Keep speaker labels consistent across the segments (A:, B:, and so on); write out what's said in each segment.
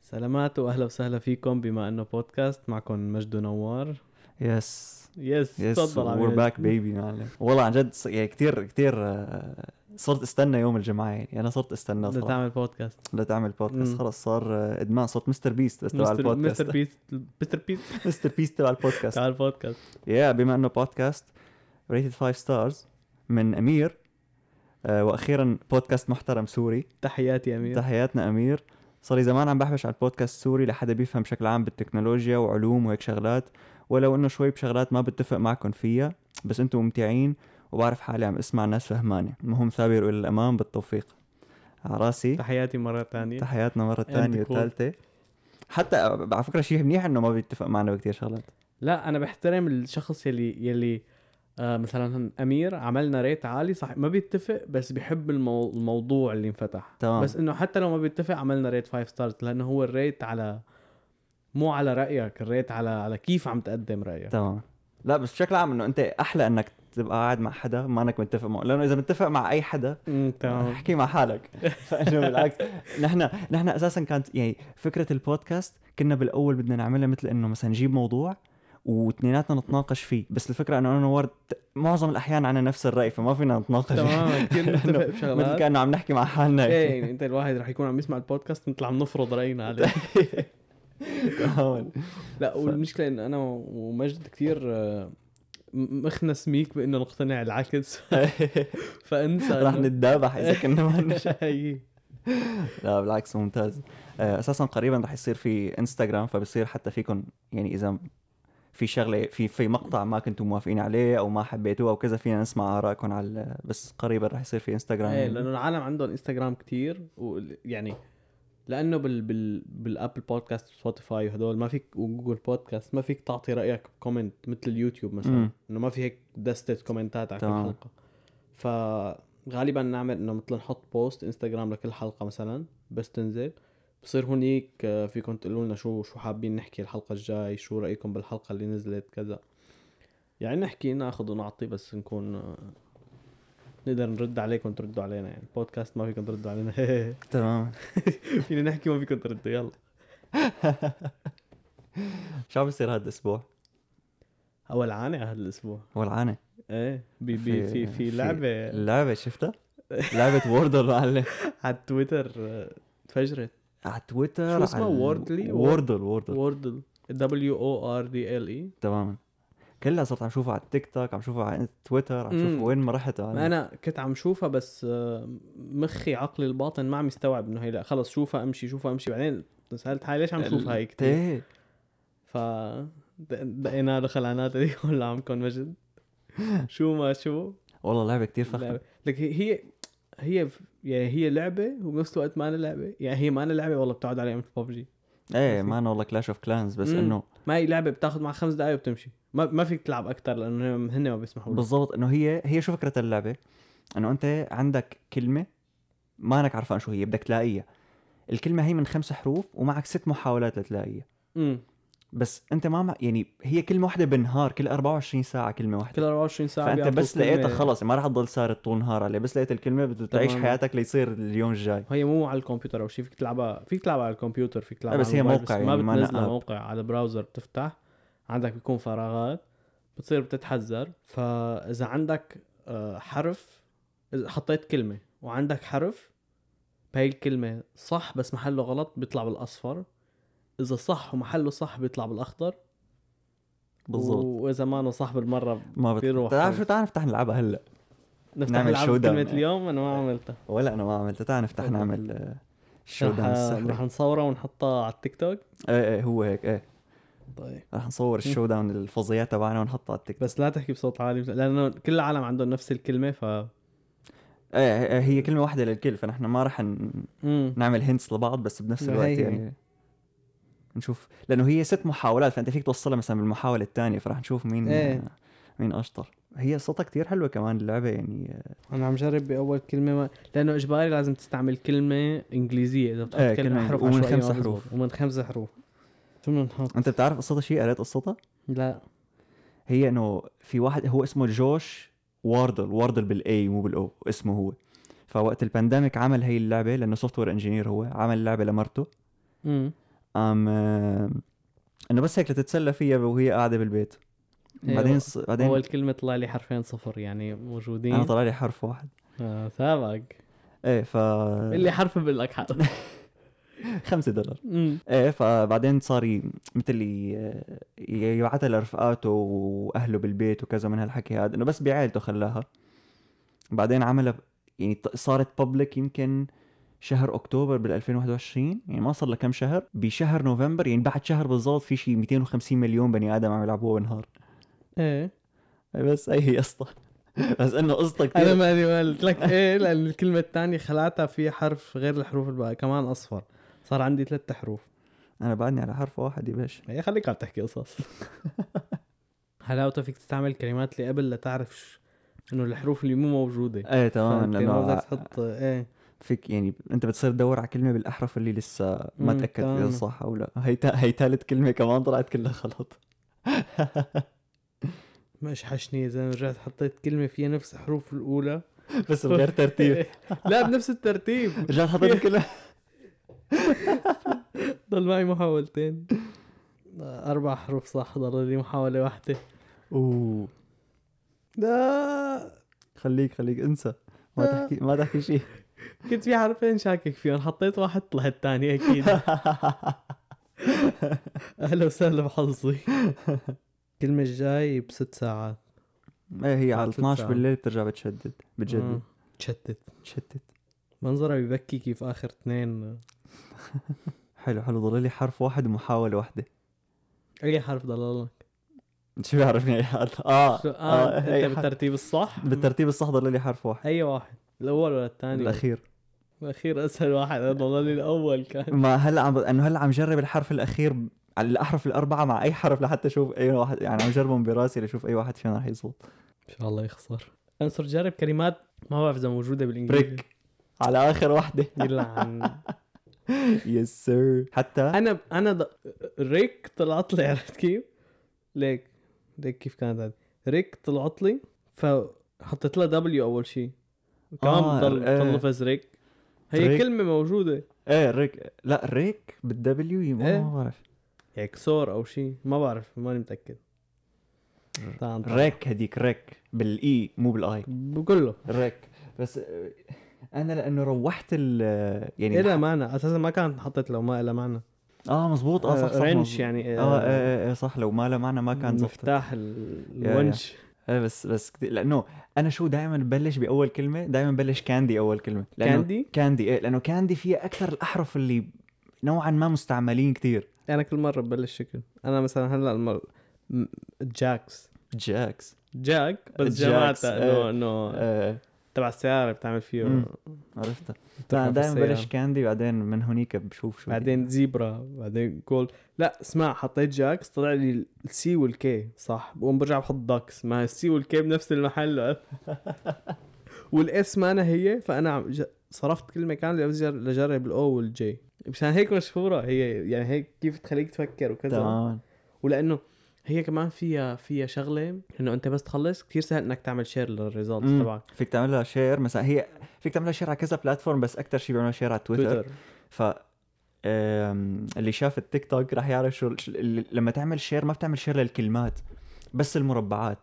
A: سلامات واهلا وسهلا فيكم بما انه بودكاست معكم مجد نوار
B: يس
A: يس
B: يس
A: تفضل عمي
B: وير
A: مجد.
B: باك بيبي ما عليك والله عن جد ص- يعني كثير كثير آه، صرت استنى يوم الجمعه يعني انا صرت استنى
A: بدنا
B: صراحه
A: تعمل بودكاست
B: لتعمل بودكاست
A: مم.
B: خلص صار آه، ادمان صرت مستر بيست بس تبع
A: مستر
B: البودكاست
A: مستر بيست مستر بيست
B: مستر بيست تبع البودكاست
A: تعال بودكاست
B: يا بما انه بودكاست ريتد 5 ستارز من امير آه، واخيرا بودكاست محترم سوري
A: تحياتي يا امير
B: تحياتنا امير صار لي زمان عم بحبش على البودكاست سوري لحدا بيفهم بشكل عام بالتكنولوجيا وعلوم وهيك شغلات ولو انه شوي بشغلات ما بتفق معكم فيها بس انتم ممتعين وبعرف حالي عم اسمع ناس فهمانه المهم ثابر والى الامام بالتوفيق على راسي
A: تحياتي مره ثانيه
B: تحياتنا مره
A: And
B: ثانيه
A: cool.
B: وثالثه حتى على فكره شيء منيح انه ما بيتفق معنا بكثير شغلات
A: لا انا بحترم الشخص يلي يلي آه مثلا امير عملنا ريت عالي صح ما بيتفق بس بيحب المو... الموضوع اللي انفتح
B: تمام.
A: بس انه حتى لو ما بيتفق عملنا ريت 5 ستارز لانه هو الريت على مو على رايك الريت على على كيف عم تقدم رايك
B: تمام لا بس بشكل عام انه انت احلى انك تبقى قاعد مع حدا ما انك متفق معه لانه اذا متفق مع اي حدا
A: أمم، تمام
B: احكي مع حالك فانه بالعكس نحن نحن اساسا كانت يعني فكره البودكاست كنا بالاول بدنا نعملها مثل انه مثلا نجيب موضوع واثنيناتنا نتناقش فيه بس الفكره انه انا ونور ت- معظم الاحيان عنا نفس الراي فما فينا نتناقش
A: تمام كثير نتفق
B: إنه مثل
A: بشغلات
B: كانه عم نحكي مع حالنا
A: ايه يعني انت الواحد رح يكون عم يسمع البودكاست نطلع نفرض راينا عليه
B: تمام.
A: لا والمشكله انه انا ومجد كثير آه، م- مخنا سميك بانه نقتنع العكس فانسى
B: رح
A: إنه- إيه،
B: نتدابح اذا كنا ما عنا شي.
A: هي.
B: لا بالعكس ممتاز آه، اساسا قريبا رح يصير في انستغرام فبصير حتى فيكم يعني اذا في شغله في في مقطع ما كنتم موافقين عليه او ما حبيتوه او كذا فينا نسمع ارائكم على بس قريبا رح يصير في انستغرام
A: ايه لانه العالم عندهم انستغرام كتير ويعني لانه بال بال بالابل بودكاست سبوتيفاي وهدول ما فيك وجوجل بودكاست ما فيك تعطي رايك كومنت مثل اليوتيوب مثلا
B: مم.
A: انه ما في هيك دستة كومنتات على كل
B: تمام.
A: حلقه فغالبا نعمل انه مثل نحط بوست انستغرام لكل حلقه مثلا بس تنزل بصير هونيك آه، فيكم تقولوا لنا شو شو حابين نحكي الحلقه الجاي شو رايكم بالحلقه اللي نزلت كذا يعني نحكي ناخذ ونعطي بس نكون آه، نقدر نرد عليكم تردوا علينا يعني البودكاست ما فيكم تردوا علينا
B: تمام
A: فينا نحكي ما فيكم تردوا يلا
B: شو عم بيصير هذا الاسبوع؟
A: اول عانة هذا الاسبوع
B: والعانه
A: ايه بي بي في في لعبة
B: لعبه شفتها؟ لعبه ووردل معلم
A: على تويتر آه، تفجرت
B: على تويتر
A: شو اسمها؟ ووردلي؟
B: ووردل ووردل
A: ووردل دبليو او ار دي ال اي
B: تماما كلها صرت عم شوفها على التيك توك عم شوفها على تويتر عم
A: مم.
B: شوف وين ما رحت معلم.
A: انا كنت عم شوفها بس آه، مخي عقلي الباطن ما عم يستوعب انه هي لا خلص شوفها امشي شوفها امشي بعدين سالت حالي ليش عم شوفها هي كثير
B: إيه.
A: ف دقينا له خلعنات هذيك ولا عمكم مجد شو ما شو
B: والله لعبه كثير فخمه
A: لعبة. لك هي- هي هي ف- يعني هي لعبه وبنفس الوقت ما أنا لعبه يعني هي ما أنا لعبه والله بتقعد عليها مثل ببجي
B: ايه ما انا والله كلاش اوف كلانز بس
A: مم.
B: انه
A: ما هي لعبه بتاخذ مع خمس دقائق وبتمشي ما, ما فيك تلعب اكثر لانه هن- هن ما بيسمحوا لك
B: بالضبط انه هي هي شو فكره اللعبه؟ انه انت عندك كلمه ما انك عرفان شو هي بدك تلاقيها الكلمه هي من خمس حروف ومعك ست محاولات لتلاقيها
A: أمم.
B: بس انت ما مع... يعني هي كلمه واحده بالنهار كل 24 ساعه كلمه
A: كل
B: واحده
A: 24 ساعه
B: فانت
A: بيعطوك
B: بس لقيتها
A: كلمة.
B: خلص ما راح تضل سارد طول نهار عليه بس لقيت الكلمه بدها تعيش
A: تمام.
B: حياتك ليصير اليوم الجاي
A: هي مو على الكمبيوتر او شيء فيك تلعبها فيك تلعبها على الكمبيوتر فيك تلعبها
B: لا، بس
A: على
B: هي
A: الموبايل،
B: موقع
A: ما
B: يعني، ما أنا
A: بتنزلها
B: آب.
A: موقع على براوزر بتفتح عندك بيكون فراغات بتصير بتتحذر فاذا عندك آه، حرف إذا حطيت كلمه وعندك حرف بهي الكلمه صح بس محله غلط بيطلع بالاصفر اذا صح ومحله صح بيطلع بالاخضر
B: بالضبط و...
A: واذا ما أنا صح بالمره
B: ما
A: بيروح
B: بت... تعرف
A: خلص.
B: شو تعال نفتح نلعبها هلا
A: نفتح
B: نعمل
A: نلعب
B: showdown.
A: كلمه اليوم انا ما عملتها
B: ولا انا ما عملت تعال نفتح
A: أوكي.
B: نعمل آه، شو
A: رح,
B: داون
A: رح نصورها ونحطها على التيك توك
B: ايه ايه هو هيك ايه
A: طيب
B: رح نصور الشو داون الفظيع تبعنا ونحطه على التيك توك
A: بس لا تحكي بصوت عالي لانه كل العالم عندهم نفس الكلمه ف
B: ايه إيه، هي كلمه واحده للكل فنحن ما رح ن-
A: مم.
B: نعمل هنتس لبعض بس بنفس
A: لا،
B: الوقت
A: هي-
B: يعني نشوف لانه هي ست محاولات فانت فيك توصلها مثلا بالمحاوله الثانيه فرح نشوف مين
A: إيه.
B: مين اشطر هي صوتها كتير حلوه كمان اللعبه يعني
A: انا عم جرب باول كلمه ما... لانه اجباري لازم تستعمل كلمه انجليزيه اذا بتحط
B: إيه،
A: كلمه
B: كلمة
A: حروف
B: ومن
A: عشوائية
B: خمس
A: ما بتزبط.
B: حروف.
A: ومن خمس حروف شو بدنا نحط؟
B: انت بتعرف قصتها شيء قريت قصتها
A: لا
B: هي انه في واحد هو اسمه جوش واردل واردل بالاي مو بالاو اسمه هو فوقت البانديميك عمل هي اللعبه لانه سوفت وير انجينير هو عمل لعبه لمرته
A: امم
B: ام آه، انه بس هيك لتتسلى فيها وهي قاعده بالبيت
A: إيه،
B: بعدين ص... بعدين
A: اول كلمه طلع لي حرفين صفر يعني موجودين
B: انا طلع لي حرف واحد
A: آه سابق
B: ايه ف
A: اللي حرف بقول لك حرف
B: خمسة دولار
A: أمم.
B: ايه فبعدين صار ي- مثل ي- يبعتها لرفقاته واهله بالبيت وكذا من هالحكي هذا انه بس بعائلته خلاها بعدين عملها ب- يعني ط- صارت بابليك يمكن شهر اكتوبر بال 2021 يعني ما صار لها كم شهر بشهر نوفمبر يعني بعد شهر بالضبط في شيء 250 مليون بني ادم عم يلعبوها بالنهار
A: ايه
B: إيه بس اي هي قصه بس يعني. انه قصه
A: انا
B: كثير
A: ماني ما قلت لك ايه لان الكلمه الثانيه خلعتها في حرف غير الحروف الباقيه كمان اصفر صار عندي ثلاث حروف
B: انا بعدني على حرف واحد يا باشا
A: هي يعني خليك عم تحكي قصص حلاوته فيك تستعمل كلمات اللي قبل لتعرف ش- انه الحروف اللي مو موجوده
B: ايه تمام
A: فأنت ما
B: لانه
A: بدك تحط ايه
B: فيك يعني انت بتصير تدور على كلمه بالاحرف اللي لسه آه، ما
A: مم، آه،
B: تاكدت اذا
A: تمام.
B: صح او لا هي تا... هي ثالث كلمه كمان طلعت كلها غلط
A: مش حشني اذا رجعت حطيت كلمه فيها نفس حروف الاولى
B: بس بغير ترتيب
A: لا بنفس الترتيب
B: رجعت حطيت كلها
A: ضل معي محاولتين اربع حروف صح ضل لي محاوله واحده
B: اوه
A: لا
B: خليك خليك انسى ما
A: آه.
B: تحكي ما تحكي شيء
A: كنت في حرفين شاكك فيهم حطيت واحد طلع الثاني اكيد
B: إيه.
A: اهلا وسهلا بحظي الكلمة الجاي بست ساعات
B: ايه هي على
A: بعد ست
B: 12
A: ساعات.
B: بالليل بترجع بتشدد بتجدد
A: آه، تشتت
B: تشتت
A: منظرها ببكي كيف اخر اثنين
B: حلو حلو ضل لي حرف واحد ومحاوله واحده
A: اي حرف ضل لك
B: شو بيعرفني اي حد اه
A: شو
B: اه
A: اه
B: أي
A: انت
B: حرف.
A: بالترتيب الصح
B: بالترتيب الصح ضل لي حرف واحد
A: اي واحد الاول ولا الثاني
B: الاخير
A: الاخير اسهل واحد انا ضل لي الاول كان
B: ما هلا عم انه هلا عم جرب الحرف الاخير ب- على الاحرف الاربعه مع اي حرف لحتى اشوف اي واحد يعني عم جربهم براسي لاشوف اي واحد فيهم رح يزبط
A: ان شاء الله يخسر انصر جرب كلمات ما بعرف اذا موجوده بالانجليزي
B: بريك على اخر وحده
A: يلعن
B: يس سير حتى
A: انا انا د... ريك طلعت لي عرفت كيف؟ ليك ليك كيف كانت هذه؟ ريك طلعت لي فحطيت لها دبليو اول شيء
B: آه،
A: كمان ضل
B: إيه.
A: ضل لفظ ريك هي
B: ريك.
A: كلمه موجوده
B: ايه ريك لا ريك بالدبليو
A: إيه.
B: ما بعرف
A: يعني كسور او شيء ما بعرف ماني متاكد تعال نطلع.
B: ريك هديك ريك بالاي مو بالاي
A: بقول له
B: ريك بس آه، انا لانه روحت ال يعني
A: إلها معنى اساسا ما كانت حطيت لو ما إلها معنى
B: اه مزبوط اه صح صح
A: رنش
B: مزبوط.
A: يعني
B: اه آه، آه، آه، صح لو ما له معنى ما كان زبطت
A: مفتاح ال- الونش
B: ايه بس بس كت- لانه انا شو دائما ببلش باول كلمه دائما ببلش كاندي اول كلمه لانه
A: كاندي؟
B: كاندي ايه لانه كاندي فيها اكثر الاحرف اللي نوعا ما مستعملين كتير
A: انا كل مره ببلش شكل انا مثلا هلا المر... م- جاكس
B: جاكس
A: جاك بس
B: جاكس،
A: جمعتها انه
B: إيه.
A: انه
B: آه
A: تبع السيارة بتعمل
B: مم.
A: فيه
B: عرفتها
A: بتروح
B: لا دائما
A: بالسيارة.
B: ببلش كاندي بعدين من هونيك بشوف شو
A: بعدين زيبرا بعدين جول لا اسمع حطيت جاكس طلع لي السي والكي صح بقوم برجع بحط داكس ما هي السي والكي بنفس المحل والاس ما أنا هي فانا عم ج- صرفت كلمه كامله بس جر- لجرب الاو والجي مشان هيك مشهوره هي يعني هيك كيف تخليك تفكر وكذا
B: تمام
A: ولانه هي كمان فيها فيها شغله انه انت بس تخلص كثير سهل انك تعمل شير للريزلتس
B: مم.
A: تبعك
B: فيك تعملها شير مثلا هي فيك تعملها شير على كذا بلاتفورم بس اكثر شيء بيعملوها شير على تويتر
A: تويتر
B: ف آم، اللي شاف التيك توك راح يعرف شو ش- اللي- لما تعمل شير ما بتعمل شير للكلمات بس المربعات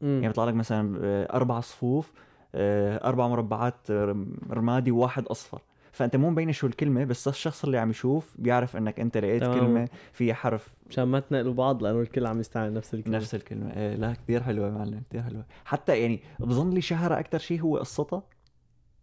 A: مم.
B: يعني بيطلع لك مثلا آه، اربع صفوف آه، اربع مربعات آه، رم- رمادي وواحد اصفر فانت مو مبينه شو الكلمه بس الشخص اللي عم يشوف بيعرف انك انت لقيت
A: تمام.
B: كلمه فيها حرف
A: مشان ما تنقلوا بعض لانه الكل عم يستعمل نفس الكلمه
B: نفس الكلمه إيه لا كثير حلوه يا معلم كثير حلوه حتى يعني بظن لي شهرة اكثر شيء هو قصتها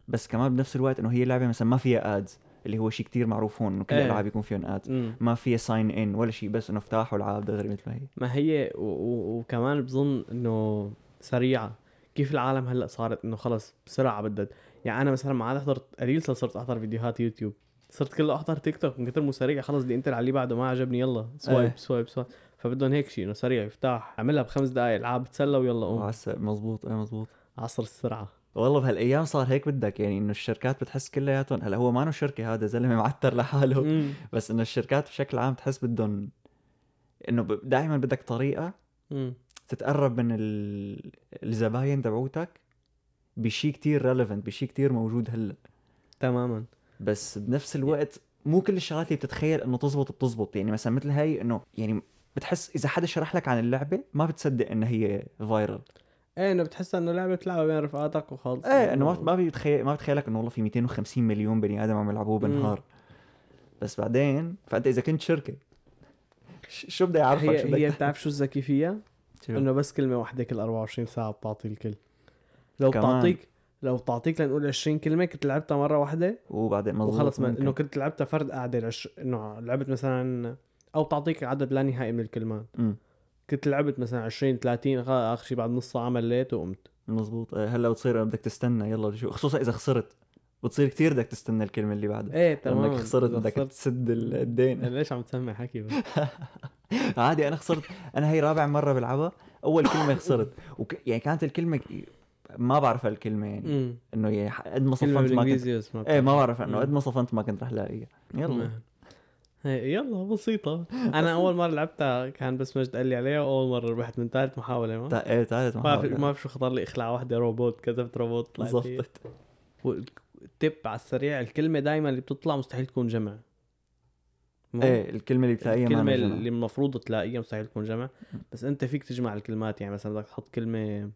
B: بس كمان بنفس الوقت انه هي لعبه مثلا ما فيها ادز اللي هو شيء كثير معروف هون انه كل
A: إيه.
B: الالعاب يكون فيهم ادز
A: مم.
B: ما فيها ساين ان ولا شيء بس انه افتح والعاب دغري مثل ما هي
A: ما هي و- و- وكمان بظن انه سريعه كيف العالم هلا صارت انه خلص بسرعه بدها يعني انا مثلا ما عاد حضرت قليل صار- صرت احضر فيديوهات يوتيوب صرت كله احضر تيك توك من كثر مو سريع خلص بدي انتر على اللي بعده ما عجبني يلا
B: إيه.
A: سوايب سوايب سوايب فبدهم هيك شيء انه سريع افتح اعملها بخمس دقائق العاب تسلى ويلا قوم
B: وعس- مزبوط ايه مزبوط
A: عصر السرعه
B: والله بهالايام صار هيك بدك يعني انه الشركات بتحس كلياتهم هلا هو ما شركه هذا زلمه معتر لحاله
A: مم.
B: بس انه الشركات بشكل عام بتحس بدهم انه دائما بدك طريقه
A: مم.
B: تتقرب من ال- الزباين تبعوتك بشيء كتير ريليفنت بشيء كتير موجود هلا
A: تماما
B: بس بنفس الوقت مو كل الشغلات اللي بتتخيل انه تزبط بتزبط يعني مثلا مثل هاي انه يعني بتحس اذا حدا شرح لك عن اللعبه ما بتصدق انها هي فايرل
A: ايه انه بتحس انه لعبه بتلعبها بين رفقاتك وخلص
B: ايه انه ما ما بيتخيل ما بتخيلك انه والله في 250 مليون بني ادم عم يلعبوه بالنهار بس بعدين فانت اذا كنت شركه ش- شو بدي اعرفك شو
A: هي
B: بدي
A: هي بتعرف شو الذكي فيها؟ انه بس كلمه واحده كل 24 ساعه بتعطي الكل لو
B: كمان.
A: بتعطيك لو بتعطيك لنقول 20 كلمه كنت لعبتها مره واحده
B: وبعدين مظبوط
A: وخلص ما- انه
B: ممكن.
A: كنت لعبتها فرد قاعده العش... انه لعبت مثلا او بتعطيك عدد لا نهائي من الكلمات
B: أمم،
A: كنت لعبت مثلا 20 30 خ- اخر شيء بعد نص ساعه مليت وقمت
B: مظبوط إيه، هلا بتصير بدك تستنى يلا شو خصوصا اذا خسرت بتصير كتير بدك تستنى الكلمه اللي بعدها
A: ايه
B: لما
A: تمام إيه.
B: انك إيه، خسرت بدك تسد ال- الدين
A: ليش عم تسمع حكي بس؟
B: عادي انا خسرت انا هي رابع مره بلعبها اول كلمه خسرت وك... يعني كانت الكلمه ك- ما بعرف الكلمه يعني
A: أمم.
B: انه يعني ح- قد
A: كلمه
B: ما صفنت ما كنت
A: بالانجليزي بس ما
B: ايه ما بعرف انه
A: مم.
B: قد ما صفنت ما كنت رح لاقيها يلا
A: ما- هي يلا بسيطة أنا أول مرة لعبتها كان بس مجد قال لي عليها وأول مرة ربحت من ثالث محاولة ما
B: تا- ايه تعالت
A: ما بعرف- ما بعرف شو خطر لي إخلاع واحدة روبوت كذبت روبوت طلعت هي.
B: زبطت
A: والتب على السريع الكلمة دائما اللي بتطلع مستحيل تكون جمع مو-
B: ايه الكلمه اللي بتلاقيها ما
A: الكلمة
B: أنا جمع.
A: اللي المفروض تلاقيها مستحيل تكون جمع بس أنت فيك تجمع الكلمات يعني مثلا بدك تحط كلمة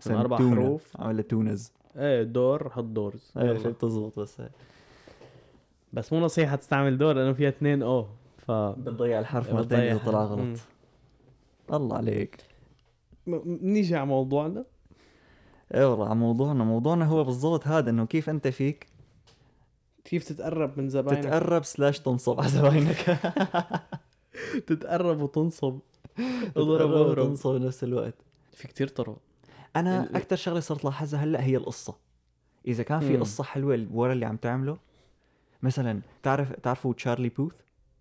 B: مثلاً
A: أربع
B: تونة.
A: حروف.
B: عملها تونز
A: إيه دور حط دورز
B: ايه
A: يلا.
B: شو بتزبط بس هيك.
A: بس مو نصيحة تستعمل دور لأنه فيها اثنين أو ف
B: بتضيع الحرف
A: بتضيع
B: مرتين اذا طلع
A: حرف.
B: غلط الله عليك
A: م- نيجي على موضوعنا
B: ايه والله على موضوعنا موضوعنا هو بالضبط هذا انه كيف انت فيك
A: كيف تتقرب من زباينك
B: تتقرب سلاش تنصب على زباينك
A: تتقرب وتنصب
B: تتقرب
A: اضرب واهرب
B: وتنصب بنفس الوقت
A: في كتير طرق ال-
B: انا اكثر شغله صرت لاحظها هلا هي القصه اذا كان في
A: مم.
B: قصه حلوه ال- ورا اللي عم تعمله مثلا تعرف تعرفوا تشارلي بوث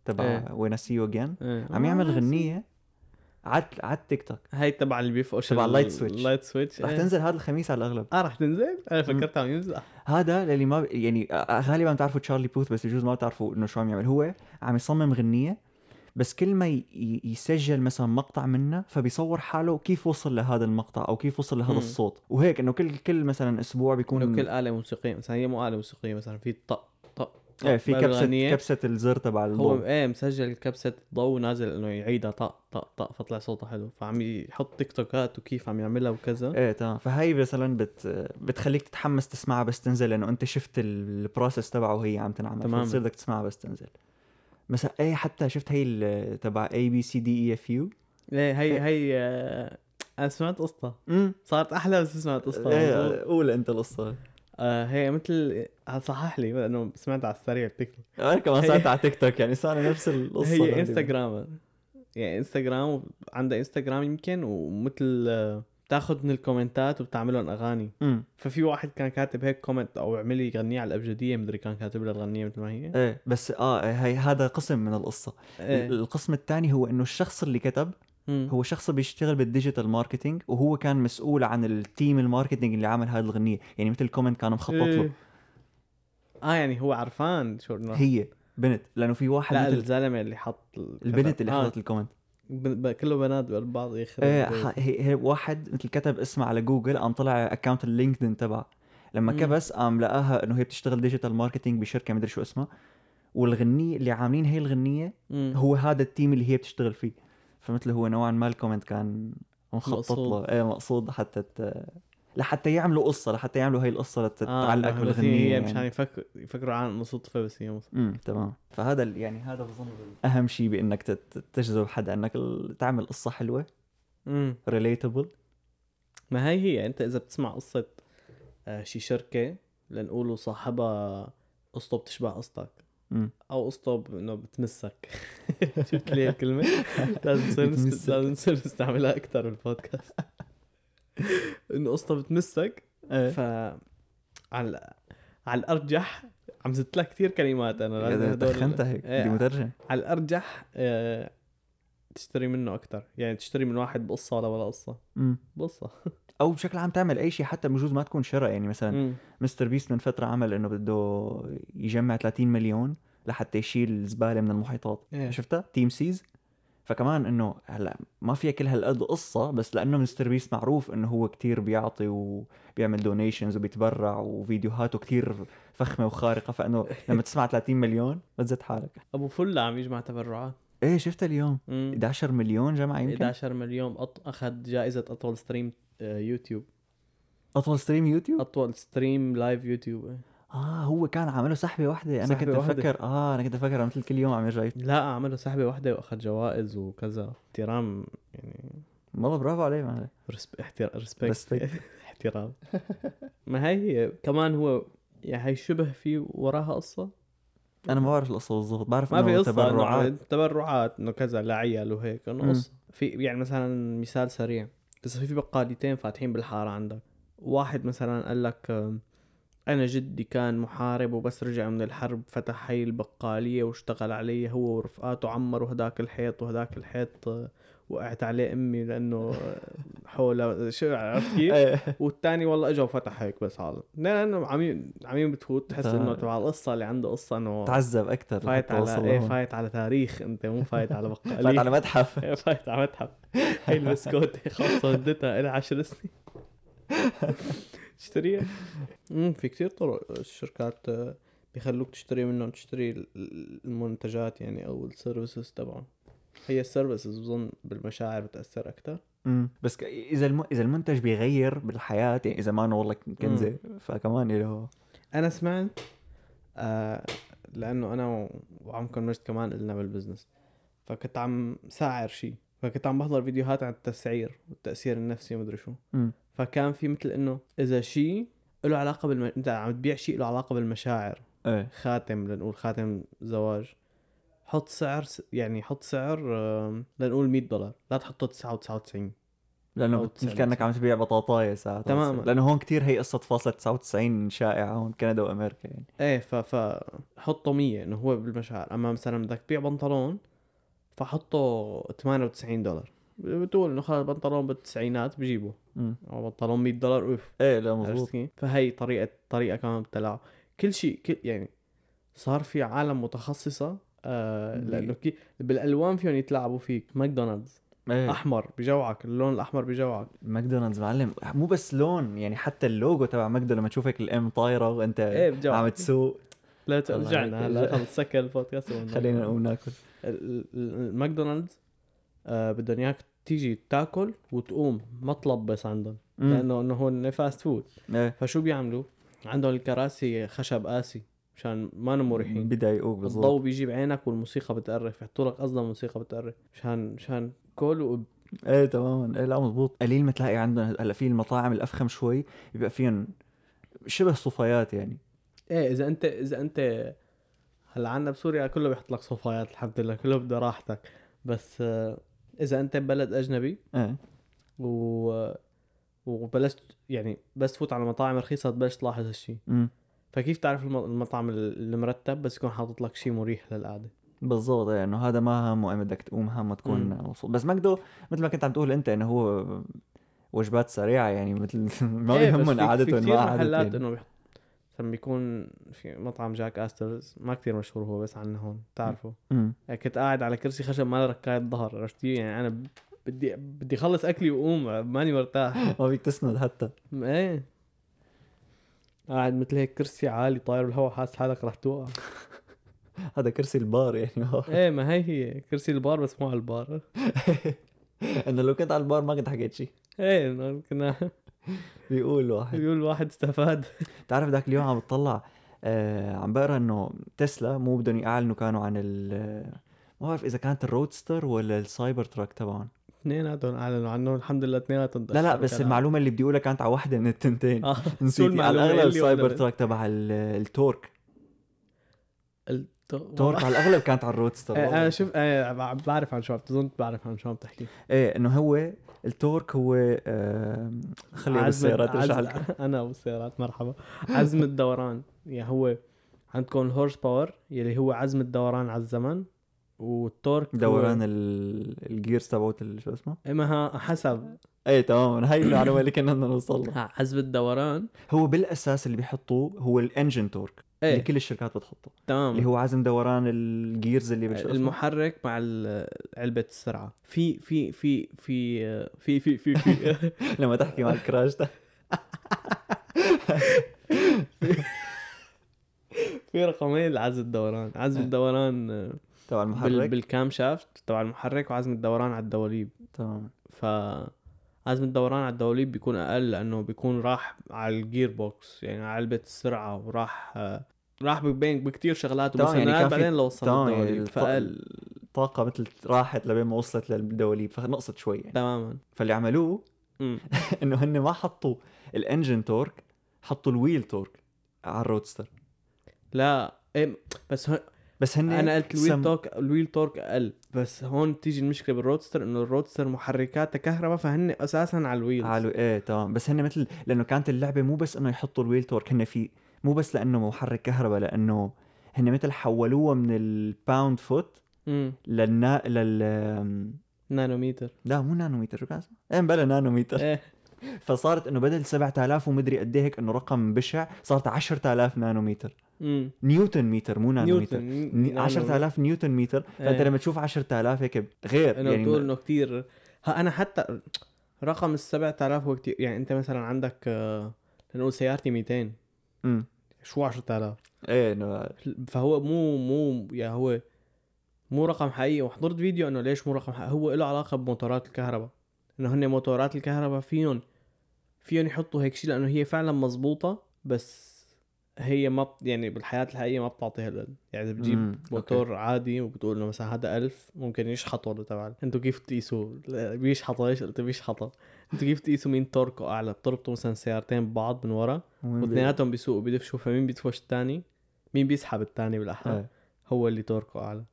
B: تبع
A: إيه. آه،
B: وين سي يو اجين عم يعمل غنيه على على التيك توك
A: هاي تبع اللي بيفقش
B: تبع اللايت سويتش.
A: اللايت سويتش
B: رح
A: إيه.
B: تنزل هذا الخميس على الاغلب
A: اه رح تنزل انا فكرت عم يمزح
B: هذا للي ما ب- يعني آه، غالبا بتعرفوا تشارلي بوث بس يجوز ما بتعرفوا انه شو عم يعمل هو عم يصمم غنيه بس كل ما ي- ي- يسجل مثلا مقطع منه فبيصور حاله كيف وصل لهذا المقطع او كيف وصل لهذا
A: مم.
B: الصوت وهيك انه كل كل مثلا اسبوع بيكون
A: انه كل آلة موسيقية مثلا هي مو آلة موسيقية مثلا في طق طق طق
B: ايه في
A: بقى
B: كبسه
A: بالغنية.
B: كبسه الزر
A: هو
B: تبع الضوء
A: ايه مسجل كبسة ضوء نازل انه يعيدها طق طق طق فطلع صوتها حلو فعم يحط تيك توكات وكيف عم يعملها وكذا
B: ايه تمام فهي مثلا بت بتخليك تتحمس تسمعها بس تنزل لانه انت شفت ال- البروسس تبعه وهي عم تنعمل
A: تماما.
B: فبتصير بدك تسمعها بس تنزل مثلا ايه حتى شفت هي ال- تبع اي بي سي دي اي اف يو
A: ايه هي
B: إيه.
A: هي آه، انا سمعت قصتها صارت احلى بس سمعت قصتها
B: ايه إيه، قول انت القصه
A: آه هي مثل آه، صحح لي لانه سمعت على السريع التيك توك
B: انا كمان
A: هي-
B: صارت على تيك توك يعني صار نفس القصه
A: هي
B: تقريباً.
A: انستغرامر يعني انستغرام عندها انستغرام يمكن ومثل آه، بتاخذ من الكومنتات وبتعملهم اغاني
B: أمم.
A: ففي واحد كان كاتب هيك كومنت او اعملي غنية على الابجديه مدري كان كاتب لها الغنيه مثل ما هي
B: ايه بس اه إيه، هي هذا قسم من القصه
A: إيه.
B: القسم الثاني هو انه الشخص اللي كتب
A: مم.
B: هو شخص بيشتغل بالديجيتال ماركتينج وهو كان مسؤول عن التيم الماركتينج اللي عمل هذه الغنيه يعني مثل كومنت كان مخطط له
A: إيه. اه يعني هو عرفان شو إنه-
B: هي بنت لانه في واحد
A: لا
B: مثل
A: الزلمه اللي حط ال-
B: البنت اللي
A: آه،
B: حطت الكومنت
A: ب- ب- كله بنات بالبعض يخرب
B: ايه
A: بيت.
B: ح- هي- هي واحد مثل كتب اسمه على جوجل قام طلع اكونت اللينكدين تبعه لما
A: مم.
B: كبس قام لقاها انه هي بتشتغل ديجيتال ماركتينج بشركه مدري شو اسمها والغنية اللي عاملين هي الغنية
A: مم.
B: هو هذا التيم اللي هي بتشتغل فيه فمثل هو نوعا ما الكومنت كان مخطط
A: مقصود.
B: له ايه مقصود حتى ت... لحتى يعملوا قصة لحتى يعملوا هي القصة
A: آه،
B: لتتعلق
A: بس
B: بالغنية
A: هي مشان
B: يعني.
A: يفكر يفكروا عن مصدفه بس هي مصدفه
B: امم تمام فهذا ال- يعني هذا بظن اهم شيء بانك تت- تجذب حدا انك ال- تعمل قصة حلوة
A: مم.
B: ريليتبل
A: ما هي هي انت اذا بتسمع قصه آه، شي شركه لنقولوا صاحبها قصته بتشبه قصتك
B: امم
A: او قصته ب- انه بتمسك شفت لي الكلمه لازم نصير نست-
B: بتمسك.
A: لازم نصير نستعملها اكثر بالبودكاست انه قصته بتمسك
B: إيه.
A: ف على على الارجح عم زدت لها كثير كلمات انا لازم
B: إذا
A: هدول-
B: دخنتها هيك
A: إيه،
B: بدي مترجم
A: على الارجح آه، تشتري منه اكثر يعني تشتري من واحد بقصه ولا ولا قصه
B: أمم.
A: بقصه
B: او بشكل عام تعمل اي شيء حتى بجوز ما تكون شراء يعني مثلا
A: مم.
B: مستر بيست من فتره عمل انه بده يجمع 30 مليون لحتى يشيل الزباله من المحيطات
A: إيه.
B: شفتها تيم سيز فكمان انه هلا ما فيها كل هالقد قصه بس لانه مستر بيس معروف انه هو كتير بيعطي وبيعمل دونيشنز وبيتبرع وفيديوهاته كتير فخمه وخارقه فانه لما تسمع 30 مليون بتزت حالك
A: ابو فل عم يجمع تبرعات
B: ايه شفت اليوم 11 مليون جمع يمكن
A: 11 مليون أط... اخذ جائزه اطول ستريم آه، يوتيوب
B: اطول ستريم يوتيوب
A: اطول ستريم لايف يوتيوب إيه.
B: اه هو كان عامله سحبه واحده انا
A: سحبة
B: كنت
A: واحدة.
B: افكر اه انا كنت افكر مثل كل يوم عم يرجع يت-
A: لا عملوا سحبه واحده واخذ جوائز وكذا احترام يعني
B: والله برافو عليه معلش
A: رسب... احترام ريسبكت
B: Respect.
A: احترام ما هي هي كمان هو يعني هي شبه في وراها قصة
B: انا ما بعرف القصه بالضبط بعرف
A: ما في
B: إنه
A: قصة إنه
B: تبرعات
A: تبرعات انه كذا لعيال وهيك
B: مم.
A: انه قصة في يعني مثلا مثال سريع بس في بقالتين فاتحين بالحارة عندك واحد مثلا قال لك أم، انا جدي كان محارب وبس رجع من الحرب فتح هي البقالية واشتغل عليه هو ورفقاته عمروا هداك الحيط وهداك الحيط أه، وقعت عليه امي لانه أه، حوله شو عرفت كيف؟
B: إيه.
A: والتاني والله اجى وفتح هيك بس على لا لانه عميم عميم بتفوت تحس
B: تا-
A: انه تبع القصه اللي عنده قصه انه
B: تعذب اكثر
A: فايت على ايه فايت على تاريخ انت مو فايت على
B: فات على
A: بقاليه
B: متحف
A: إيه، فايت على متحف إيه، هي المسكوتة خاصة مدتها إلى 10 سنين اشتريها امم في كتير طرق الشركات آه، بيخلوك تشتري منهم تشتري ال- ال- المنتجات يعني او السيرفيسز تبعهم هي السيرفيسز بظن بالمشاعر بتاثر اكثر
B: مم. بس ك- اذا الم... اذا المنتج بيغير بالحياه يعني اذا ما انه والله كنزه فكمان له
A: انا سمعت آه لانه انا و- وعمكم مجد كمان قلنا بالبزنس فكنت عم سعر شيء فكنت عم بحضر فيديوهات عن التسعير والتاثير النفسي ومدري شو
B: مم.
A: فكان في مثل انه اذا شيء له علاقه بالم... انت عم تبيع شيء له علاقه بالمشاعر
B: ايه
A: خاتم لنقول خاتم زواج حط سعر س... يعني حط سعر آم، لنقول 100 دولار لا تحطه 99
B: لانه
A: أو
B: بت- مثل كانك عم تبيع بطاطايه ساعات
A: تماما.
B: لانه هون كتير هي قصه فاصله 99 شائعه هون كندا وامريكا يعني
A: ايه ف ف حطه 100 انه هو بالمشاعر اما مثلا بدك تبيع بنطلون فحطه 98 دولار بتقول انه خلص بنطلون بالتسعينات بجيبه
B: مم.
A: او بنطلون 100 دولار اوف
B: ايه لا
A: عرفت
B: مضبوط
A: كيف؟ فهي طريقه طريقه كمان بتلاعب كل شيء كل يعني صار في عالم متخصصه آه
B: بي-
A: لانه كي بالالوان فيهم يتلاعبوا فيك ماكدونالدز
B: ايه
A: احمر بجوعك اللون الاحمر بجوعك
B: ماكدونالدز معلم مو بس لون يعني حتى اللوجو تبع ماكدو لما تشوف هيك الام طايره وانت
A: ايه
B: إيه، عم
A: بجوعك
B: تسوق
A: لا
B: طلع
A: ترجعنا
B: هيك.
A: هلا خلص سكر البودكاست وبنرجع.
B: خلينا نقوم ناكل
A: ال- ال- الماكدونالدز آه بدهم اياك تيجي تاكل وتقوم ما تلبس عندهم
B: مم.
A: لانه انه هون فاست فود
B: ايه
A: فشو بيعملوا؟ عندهم الكراسي خشب قاسي مشان ما مريحين
B: بضايقوك بالضبط
A: الضوء بيجيب عينك والموسيقى بتقرف يحطوا لك قصدا موسيقى بتقرف مشان مشان كل وب...
B: ايه تماما ايه لا مضبوط قليل ما تلاقي عندهم هلا في المطاعم الافخم شوي بيبقى فيهم شبه صفايات يعني
A: ايه اذا انت اذا انت هلا عنا بسوريا كله بيحط لك صفايات الحمد لله كله بده راحتك بس آه، اذا انت ببلد اجنبي
B: ايه
A: و وبلشت يعني بس تفوت على مطاعم رخيصه تبلش تلاحظ هالشيء
B: امم
A: فكيف تعرف الم- المطعم ال- المرتب بس يكون حاطط لك شيء مريح للقعده
B: بالضبط إيه، انه هذا ما همه ايمتى بدك تقوم همه تكون
A: مم.
B: مبسوط بس ماكدو مثل ما كنت عم تقول انت انه هو وجبات سريعه يعني مثل ما
A: إيه، بس
B: بيهمهم
A: في- في
B: قعدتهم
A: كتير
B: ما يعني.
A: محلات
B: قعدتهم
A: انه بيحط مثلا بيكون في مطعم جاك استرز ما كتير مشهور هو بس عنا هون بتعرفه
B: مم.
A: يعني كنت قاعد على كرسي خشب ما له ركاية ظهر عرفت كيف؟ يعني انا ب- بدي بدي اخلص اكلي واقوم ماني مرتاح
B: ما فيك تسند حتى
A: ايه قاعد مثل هيك كرسي عالي طاير بالهواء حاسس حالك رح توقع
B: هذا كرسي البار يعني
A: ايه ما هي هي كرسي البار بس مو على البار
B: انه لو كنت على البار ما كنت حكيت شيء
A: ايه إنه كنا
B: بيقول واحد
A: بيقول الواحد استفاد
B: بتعرف ذاك اليوم عم بتطلع آه عم بقرا انه تسلا مو بدهم يعلنوا كانوا عن ال ما بعرف اذا كانت الرودستر ولا السايبر تراك تبعهم
A: اثنيناتهم اعلنوا عنه الحمد لله اثنيناتهم
B: لا لا بس المعلومه اللي بدي اقولها كانت على واحده من التنتين
A: آه. شو
B: نسيت على
A: المعلومة
B: الاغلب
A: اللي
B: السايبر
A: ولا-
B: تراك تبع ال- التورك التورك
A: التورك
B: على الاغلب كانت على الرودستر
A: انا
B: والله.
A: إيه، شوف انا بع- بعرف عن شو عم تظن بعرف عن شو عم تحكي
B: ايه انه هو التورك هو آه، آم، خليها
A: عزم-
B: بالسيارات
A: عزم-
B: ارجع لك
A: انا والسيارات مرحبا عزم الدوران يا هو عندكم الهورس باور يلي هو عزم الدوران على الزمن والتورك هو-
B: دوران ال- الجيرز تبعوت ال- شو اسمه
A: اما حسب
B: ايه تمام هاي المعلومه اللي كنا بدنا نوصل لها
A: حسب الدوران
B: هو بالاساس اللي بيحطوه هو الانجن تورك اللي
A: ايه
B: كل الشركات بتحطه
A: تمام
B: اللي هو عزم دوران الجيرز اللي بش-
A: المحرك مع ال- علبه السرعه في في في في في في في, في
B: لما تحكي مع الكراش ده
A: في رقمين لعزم الدوران عزم
B: إيه.
A: الدوران آه،
B: تبع
A: بال
B: المحرك
A: بالكام شافت تبع المحرك وعزم الدوران على الدواليب
B: تمام
A: ف عزم الدوران على الدواليب بيكون اقل لانه بيكون راح على الجير بوكس يعني على علبه السرعه وراح آه، راح بين بكتير شغلات
B: طبعاً، يعني
A: ومسندات
B: كان في-
A: بعدين لوصل
B: تمام يعني
A: الدواليب
B: الط-
A: فقل
B: الطاقه مثل راحت لبين ما وصلت للدواليب فنقصت شوي يعني
A: تماما
B: فاللي عملوه
A: أمم.
B: انه هن ما حطوا الانجن تورك حطوا الويل تورك على الرودستر
A: لا إيه، بس هون
B: بس هن
A: انا قلت الويل
B: سم-
A: تورك الويل تورك اقل بس هون بتيجي المشكله بالرودستر انه الرودستر محركاتها كهرباء فهن اساسا على الويل
B: على ايه تمام بس هن مثل لانه كانت اللعبه مو بس انه يحطوا الويل تورك هن في مو بس لانه محرك كهرباء لانه هن مثل حولوها من الباوند فوت
A: امم
B: للنا لل
A: نانوميتر
B: لا مو نانوميتر شو كان اسمه؟ ايه بلا نانوميتر
A: ايه
B: فصارت انه بدل 7000 ومدري قد ايه هيك انه رقم بشع صارت 10000 نانوميتر
A: امم
B: نيوتن ميتر مو نانوميتر
A: نيوتن
B: ني- 10000 نيوتن ميتر فانت
A: إيه.
B: لما تشوف 10000 هيك غير
A: انه
B: يعني
A: بتقول
B: ما-
A: انه كثير انا حتى رقم ال 7000 هو كثير يعني انت مثلا عندك آه، لنقول سيارتي 200
B: أمم.
A: شو 10000
B: ايه انه
A: فهو مو مو يا هو مو رقم حقيقي وحضرت فيديو انه ليش مو رقم حقيقي هو له علاقه بموتورات الكهرباء انه هن موتورات الكهرباء فيهم فيهم يحطوا هيك شيء لانه هي فعلا مزبوطه بس هي ما بت- يعني بالحياه الحقيقيه ما بتعطي هالقد يعني إذا بتجيب
B: أمم.
A: موتور عادي وبتقول انه مثلا هذا 1000 ممكن يشحطوا تبع انتوا كيف تقيسوا لا، بيشحطوا ليش قلت بيشحطوا انتوا كيف تقيسوا مين توركو اعلى بتربطوا مثلا سيارتين ببعض من ورا
B: وين بي-
A: واثنيناتهم بيسوقوا بدفشوا فمين بيدفش الثاني مين بيسحب الثاني بالاحرى
B: إيه.
A: هو اللي توركو اعلى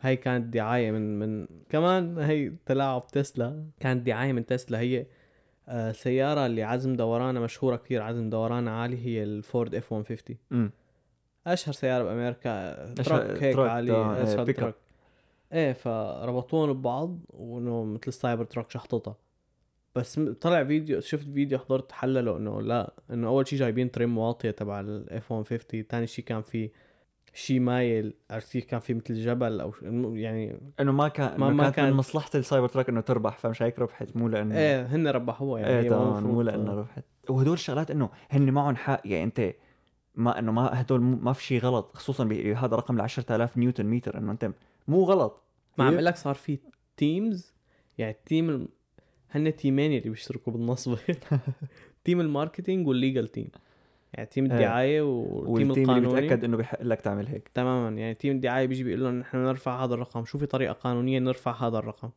A: هاي كانت دعايه من من كمان هي تلاعب تسلا كانت دعايه من تسلا هي آه، سياره اللي عزم دورانها مشهوره كثير عزم دورانها عالي هي الفورد اف 150
B: أمم.
A: اشهر سياره بامريكا آه،
B: أشهر-
A: تراك هيك
B: تراك،
A: عالي
B: آه، إيه،
A: اشهر
B: بيك أب.
A: تراك ايه فربطوهم ببعض وانه مثل السايبر تراك شحطتها بس م- طلع فيديو شفت فيديو حضرت حلله انه لا انه اول شيء جايبين تريم واطيه تبع الاف 150 ثاني شيء كان في شيء مايل عرفتي كان في مثل جبل او ش- المهم يعني
B: انه ما كان
A: ما-
B: ما,
A: ما
B: كانت
A: كان-
B: من مصلحه السايبر تراك انه تربح فمش هيك ربحت مو لانه
A: ايه هن ربحوها يعني
B: ايه
A: هي ما
B: تمام
A: مفروض-
B: مو لانه ربحت وهدول الشغلات انه هن معهم حق يعني انت ما انه ما هدول مو- ما في شيء غلط خصوصا بهذا الرقم ال 10000 نيوتن متر انه انت مو غلط
A: ما عم
B: هي-
A: بقول لك صار في تيمز يعني التيم الم... هن تيمين اللي بيشتركوا بالنصبه تيم الماركتينج والليجل تيم يعني تيم
B: إيه.
A: الدعايه والتيم
B: والتيم اللي
A: القانوني
B: بيتاكد انه بيحق لك تعمل هيك
A: تماما يعني تيم الدعايه بيجي بيقول لهم نحن نرفع هذا الرقم شو في طريقه قانونيه نرفع هذا الرقم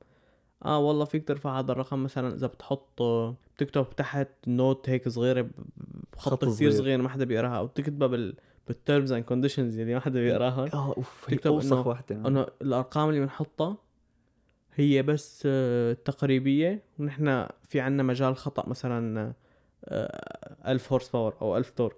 A: اه والله فيك ترفع هذا الرقم مثلا اذا بتحط بتكتب تحت نوت هيك صغيره ب- بخط
B: خط
A: كثير
B: صغير.
A: صغير ما حدا بيقراها او تكتبها بال بالترمز اند كونديشنز اللي ما حدا بيقراها
B: اه اوف هي
A: آه، تكتب إنه-
B: اوسخ وحده
A: انه الارقام اللي بنحطها هي بس آه، تقريبيه ونحن في عنا مجال آه، خطا مثلا 1000 هورس باور او 1000 تورك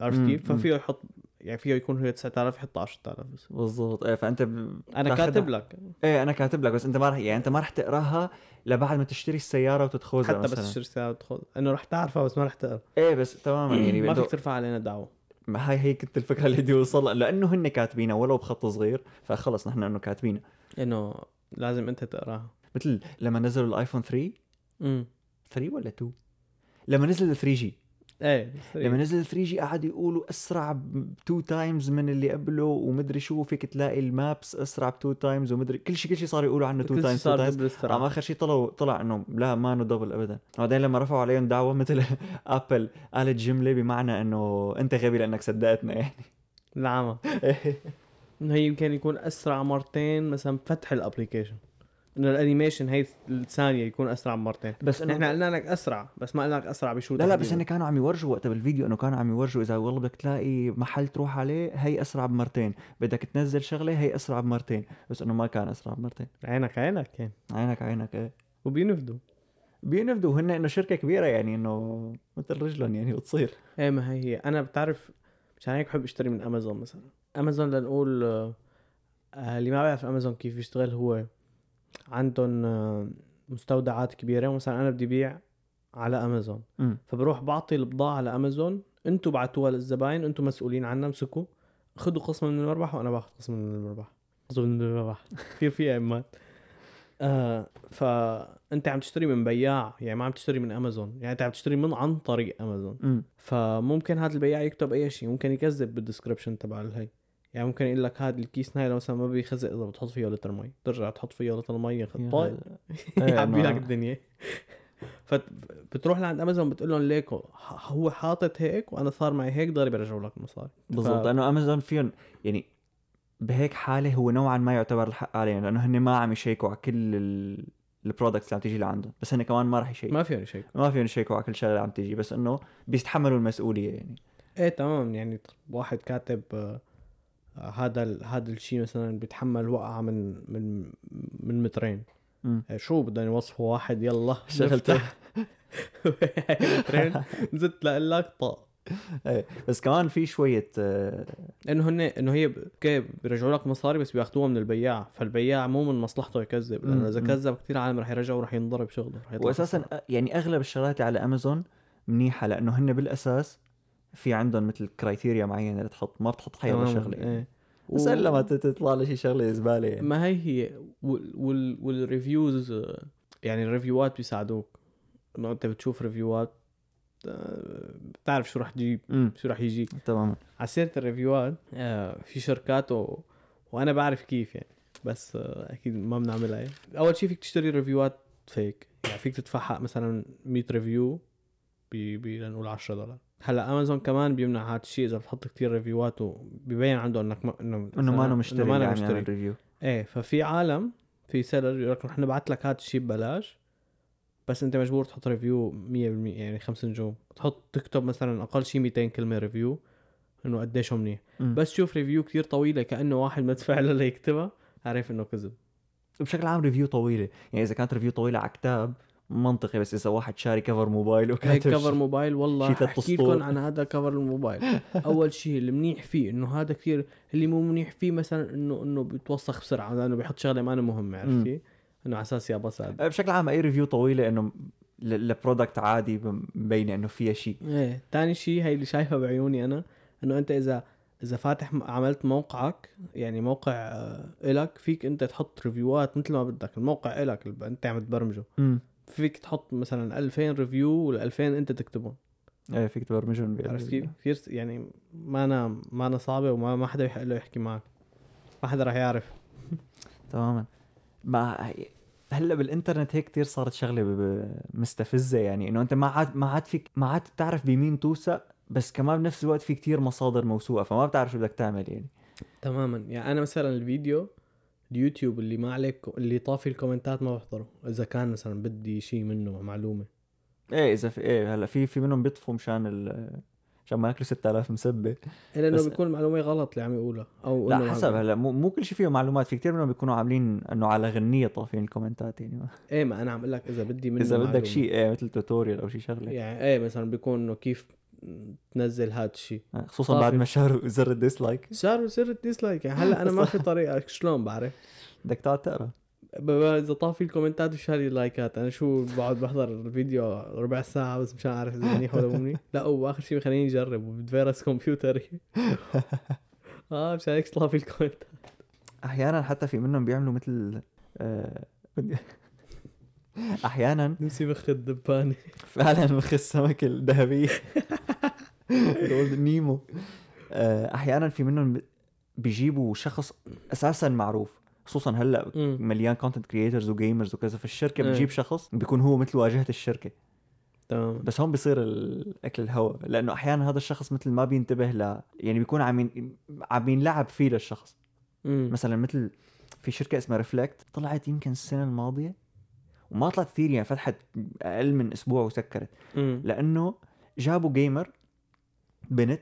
A: عرفت
B: مم،
A: كيف؟
B: مم.
A: ففيه يحط يعني فيه يكون هو 9000 يحط 10000 بس
B: بالضبط ايه فانت ب...
A: انا
B: بتاخدها-
A: كاتب لك
B: ايه انا كاتب لك بس انت ما رح يعني انت ما رح تقراها لبعد ما تشتري السياره وتتخوزها
A: حتى بس
B: مثلا
A: تشتري سياره تدخل انه رح تعرفها بس ما رح تقرا
B: ايه بس تماما يعني
A: ما
B: بدو-
A: فيك ترفع علينا دعوه
B: ما هاي هي كنت الفكره اللي بدي اوصلها لانه هن كاتبينها ولو بخط صغير فخلص نحن انه كاتبينها
A: انه لازم انت تقراها
B: مثل لما نزلوا الايفون 3
A: امم
B: 3 ولا 2 لما نزل 3 جي
A: ايه
B: لما نزل 3 جي قعد يقولوا اسرع ب 2 تايمز من اللي قبله ومدري شو فيك تلاقي المابس اسرع ب 2 تايمز ومدري كل شيء كل شيء صار يقولوا عنه 2 تايمز 2 تايمز عم
A: بالسرعه
B: اخر شيء طلعوا طلع انه لا ما انه دبل ابدا بعدين لما رفعوا عليهم دعوه مثل ابل قالت جمله بمعنى انه انت غبي لانك صدقتنا يعني
A: العمى انه هي يمكن يكون اسرع مرتين مثلا فتح الابلكيشن انه الانيميشن هي الثانيه يكون اسرع مرتين
B: بس انه
A: نحن قلنا لك اسرع بس ما قلنا لك اسرع بشو
B: لا لا بس
A: تحديداً.
B: هن كانوا عم يورجوا وقتها بالفيديو انه كانوا عم يورجوا اذا والله بدك تلاقي محل تروح عليه هي اسرع بمرتين بدك تنزل شغله هي اسرع بمرتين بس انه ما كان اسرع بمرتين
A: عينك عينك يعني. كان
B: عينك عينك ايه
A: وبينفذوا
B: بينفذوا هن انه شركه كبيره يعني انه مثل رجلهم يعني بتصير
A: ايه ما هي هي انا بتعرف مشان هيك بحب اشتري من امازون مثلا امازون لنقول آه، آه، اللي ما بيعرف امازون كيف بيشتغل هو عندهم آه، مستودعات كبيره مثلا انا بدي بيع على امازون
B: مم.
A: فبروح بعطي البضاعه على امازون انتوا بعتوها للزباين انتوا مسؤولين عنها امسكوا خذوا قسم من المربح وانا باخذ قسم من المربح قسم من المربح كثير في ايمات آه فانت عم تشتري من بياع يعني ما عم تشتري من امازون يعني انت عم تشتري من عن طريق امازون
B: مم.
A: فممكن هذا البياع يكتب اي شيء ممكن يكذب بالديسكربشن تبع الهي يعني ممكن يقول لك هذا الكيس نايلون مثلا ما بيخزق اذا بتحط فيه لتر مي ترجع تحط فيه لتر مي
B: يا
A: طيب
B: هلا. إيه،
A: يعبي
B: إنه
A: لك الدنيا فبتروح لعند امازون بتقول لهم ليكو ه- هو حاطط هيك وانا صار معي هيك ضرب برجعوا لك المصاري
B: بالضبط
A: ف-
B: لانه امازون فيهم يعني بهيك حاله هو نوعا ما يعتبر الحق عليهم لانه هن ما عم يشيكوا على كل البرودكتس اللي عم تيجي لعندهم بس هن كمان ما رح يشيكوا
A: ما في يعني شيء
B: ما فيهم يشيكوا على كل شغله عم تيجي بس انه بيستحملوا المسؤوليه يعني
A: ايه تمام يعني واحد كاتب آه، آه، هذا ال- هذا الشيء مثلا بيتحمل وقعه من من من مترين
B: مم.
A: آه، شو بدنا نوصفه واحد يلا
B: شغلته
A: نفتح. مترين نزلت لقول لك طق
B: إيه، بس كمان في شويه آه،
A: لانه هن انه هي ب- اوكي بيرجعوا لك مصاري بس بياخذوها من البياع فالبياع مو من مصلحته يكذب
B: مم،
A: لانه اذا
B: مم.
A: كذب كثير عالم رح يرجعوا ورح ينضرب شغله رح يطلع
B: واساسا أ- يعني اغلب الشغلات على امازون منيحه لانه هن بالاساس في عندهم مثل كرايتيريا معينه لتحط ما بتحط حيلا
A: تماماً،
B: شغله يعني.
A: إيه.
B: بس
A: و-
B: الا ما ت- تطلع لي شي شغله زباله يعني.
A: ما هي هي وال- وال- والريفيوز آه، يعني الريفيوهات بيساعدوك انه انت بتشوف ريفيوهات آه، بتعرف شو رح تجيب
B: امم
A: شو رح يجيك
B: تماما
A: على سيره الريفيوهات آه، في شركات و... وانا بعرف كيف يعني بس آه، اكيد ما بنعملها يعني. اول شيء فيك تشتري ريفيوهات فيك يعني فيك تدفع حق مثلا 100 ريفيو ب ب- لنقول 10 دولار هلا امازون كمان بيمنع هذا الشيء اذا بتحط كتير ريفيوهات وبيبين عنده انك ما انه
B: انه ما
A: مثلاً-
B: انا مشتري
A: إنه ما أنا
B: يعني
A: مشتري
B: مشتري ريفيو
A: ايه ففي عالم في سيلر يقول لك رح نبعت لك هذا الشيء ببلاش بس انت مجبور تحط ريفيو 100% يعني خمس نجوم تحط تكتب مثلا اقل شيء 200 كلمه ريفيو انه قديش هو منيح
B: بس
A: بس شوف ريفيو كتير طويله كانه واحد مدفع له ليكتبها عارف انه كذب
B: بشكل عام ريفيو طويله يعني اذا كانت ريفيو طويله على كتاب منطقي بس اذا واحد شاري كفر موبايل
A: هيك
B: وكاتب
A: كفر
B: شي-
A: موبايل والله
B: شي تلات
A: احكي
B: أسطور.
A: لكم عن هذا كفر الموبايل اول شيء اللي منيح فيه انه هذا كثير اللي مو منيح فيه مثلا انه انه بيتوسخ بسرعه لانه بيحط شغله ما أنا مهمه عرفتي انه على اساس يا بس هاد.
B: أه، بشكل عام اي ريفيو طويله انه ل- لبرودكت عادي مبينه انه فيها شيء
A: ايه تاني شيء هي اللي شايفها بعيوني انا انه انت اذا اذا فاتح م- عملت موقعك يعني موقع آه، الك فيك انت تحط ريفيوهات مثل ما بدك الموقع الك اللي انت عم تبرمجه فيك تحط مثلا 2000 ريفيو وال 2000 انت تكتبهم
B: ايه فيك تبرمجهم بال-
A: عرفت كيف؟ كثير س- يعني ما انا ما انا صعبه وما ما حدا بيحق له يحكي معك ما حدا رح يعرف
B: تماما ما هلا بالانترنت هيك كتير صارت شغله ب- ب- مستفزه يعني انه انت ما عاد ما عاد فيك ما عاد بتعرف بمين توثق بس كمان بنفس الوقت في كتير مصادر موثوقه فما بتعرف شو بدك تعمل يعني
A: تماما يعني انا مثلا الفيديو اليوتيوب اللي ما عليك اللي طافي الكومنتات ما بحضره اذا كان مثلا بدي شيء منه معلومه
B: ايه اذا في ايه هلا في في منهم بيطفوا مشان ال عشان ما ياكلوا 6000 مسبه
A: الا انه
B: بس-
A: بيكون المعلومه غلط اللي عم يقولها او
B: لا
A: إنه
B: حسب هلا مو مو كل شيء فيه معلومات في كتير منهم بيكونوا عاملين انه على غنيه طافين الكومنتات يعني
A: ايه ما انا عم اقول لك اذا بدي منه
B: اذا بدك
A: معلومة.
B: شيء ايه مثل توتوريال او شيء شغله
A: يعني ايه مثلا بيكون انه كيف تنزل هذا الشيء
B: خصوصا بعد
A: طافي.
B: ما شهروا زر الديسلايك
A: صار بصير الديسلايك يعني هلا انا ما في طريقه شلون بعرف
B: بدك تقعد تقرا
A: ب- ب- اذا طافي الكومنتات وش هالي اللايكات انا شو بقعد بحضر الفيديو ربع ساعه بس مشان اعرف اذا منيح ولا مو منيح لا واخر شيء خليني اجرب وبتفيرس كمبيوتري اه مشان هيك طافي الكومنتات
B: احيانا حتى في منهم بيعملوا مثل آه، بدي- احيانا
A: نسي مخ الدبانه
B: فعلا مخ السمك الذهبيه جولد نيمو آه، احيانا في منهم ب- بيجيبوا شخص اساسا معروف خصوصا هلا
A: أمم.
B: مليان كونتنت كريترز وجيمرز وكذا فالشركه
A: إيه.
B: بتجيب شخص بيكون هو مثل واجهه الشركه
A: تمام
B: بس هون بيصير الاكل الهوا لانه احيانا هذا الشخص مثل ما بينتبه ل يعني بيكون عم ين- عم ينلعب فيه للشخص
A: أمم.
B: مثلا مثل في شركه اسمها ريفلكت طلعت يمكن السنه الماضيه وما طلعت كثير يعني فتحت اقل من اسبوع وسكرت
A: أمم.
B: لانه جابوا جيمر بنت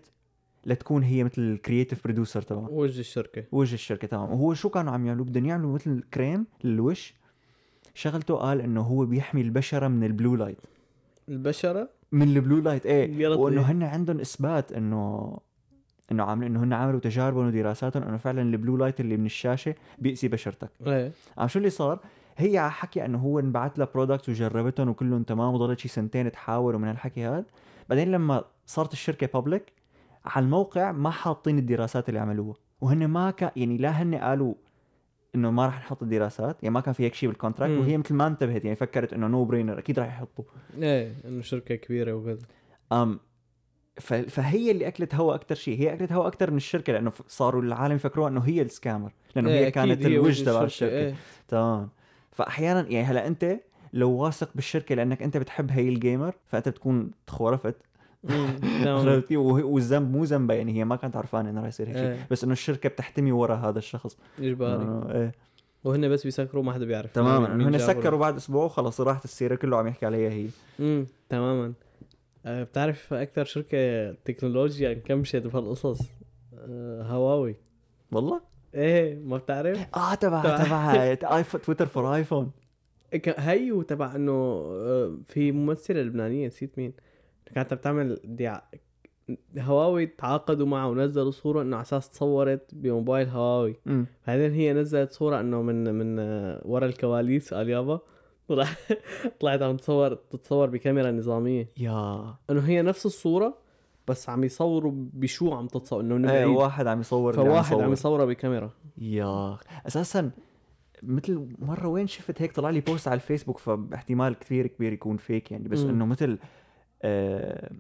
B: لتكون هي مثل الكرييتيف برودوسر تبعهم
A: وجه الشركه
B: وجه الشركه تمام وهو شو كانوا عم يعملوا بدهم يعملوا مثل كريم للوش شغلته قال انه هو بيحمي البشره من البلو لايت
A: البشره
B: من البلو لايت
A: يا
B: ايه
A: لطيف.
B: وانه هن عندهم اثبات انه انه عاملين انه هن عملوا تجاربهم ودراساتهم انه فعلا البلو لايت اللي من الشاشه بيأذي بشرتك
A: ايه
B: عم شو اللي صار هي على حكي انه هو انبعت لها برودكت وجربتهم وكلهم تمام وضلت شي سنتين تحاول ومن هالحكي هذا بعدين لما صارت الشركه بابليك على الموقع ما حاطين الدراسات اللي عملوها وهن ما كان يعني لا هن قالوا انه ما راح نحط الدراسات يعني ما كان في هيك شيء بالكونتراكت
A: مم.
B: وهي مثل ما انتبهت يعني فكرت انه نو برينر اكيد راح يحطوا
A: ايه انه شركه كبيره وكذا
B: أم ف- فهي اللي اكلت هوا اكثر شيء هي اكلت هوا اكثر من الشركه لانه ف- صاروا العالم يفكروها انه هي السكامر لانه
A: إيه،
B: يعني هي
A: أكيد
B: كانت
A: هي
B: الوجه
A: وجه
B: تبع الشركه
A: إيه.
B: تمام فاحيانا يعني هلا انت لو واثق بالشركه لانك انت بتحب هي الجيمر فانت بتكون تخورفت
A: أمم، تمام.
B: عرفتي وهي- والذنب مو ذنبها يعني هي ما كانت عرفانه انه رح يصير هيك شيء
A: إيه.
B: بس انه الشركه بتحتمي ورا هذا الشخص
A: اجباري
B: إنه ايه
A: وهن بس بيسكروا ما حدا بيعرف
B: تماما
A: مين-
B: انه
A: مين
B: هن
A: جابوا.
B: سكروا بعد اسبوع وخلص راحت السيره كله عم يحكي عليها هي
A: امم تماما آه، بتعرف اكثر شركه تكنولوجيا يعني انكمشت بهالقصص آه، هواوي
B: والله
A: ايه ما بتعرف
B: اه تبع
A: تبع-
B: تبع ايفون تويتر فور ايفون
A: ك- هي وتبع انه آه، في ممثله لبنانيه نسيت مين كانت عم تعمل دع... هواوي تعاقدوا معها ونزلوا صوره انه على اساس تصورت بموبايل هواوي
B: أمم.
A: بعدين هي نزلت صوره انه من من آه، ورا الكواليس قال يابا طلع- طلعت عم تصور تتصور بكاميرا نظاميه
B: يا
A: انه هي نفس الصوره بس عم يصوروا بشو عم تتصور انه من
B: ايه
A: بعيد
B: واحد عم يصور اللي
A: فواحد عم
B: يصور.
A: يصورها بكاميرا
B: يا اساسا مثل مره وين شفت هيك طلع لي بوست على الفيسبوك فاحتمال كثير كبير يكون فيك يعني بس
A: مم.
B: انه مثل آه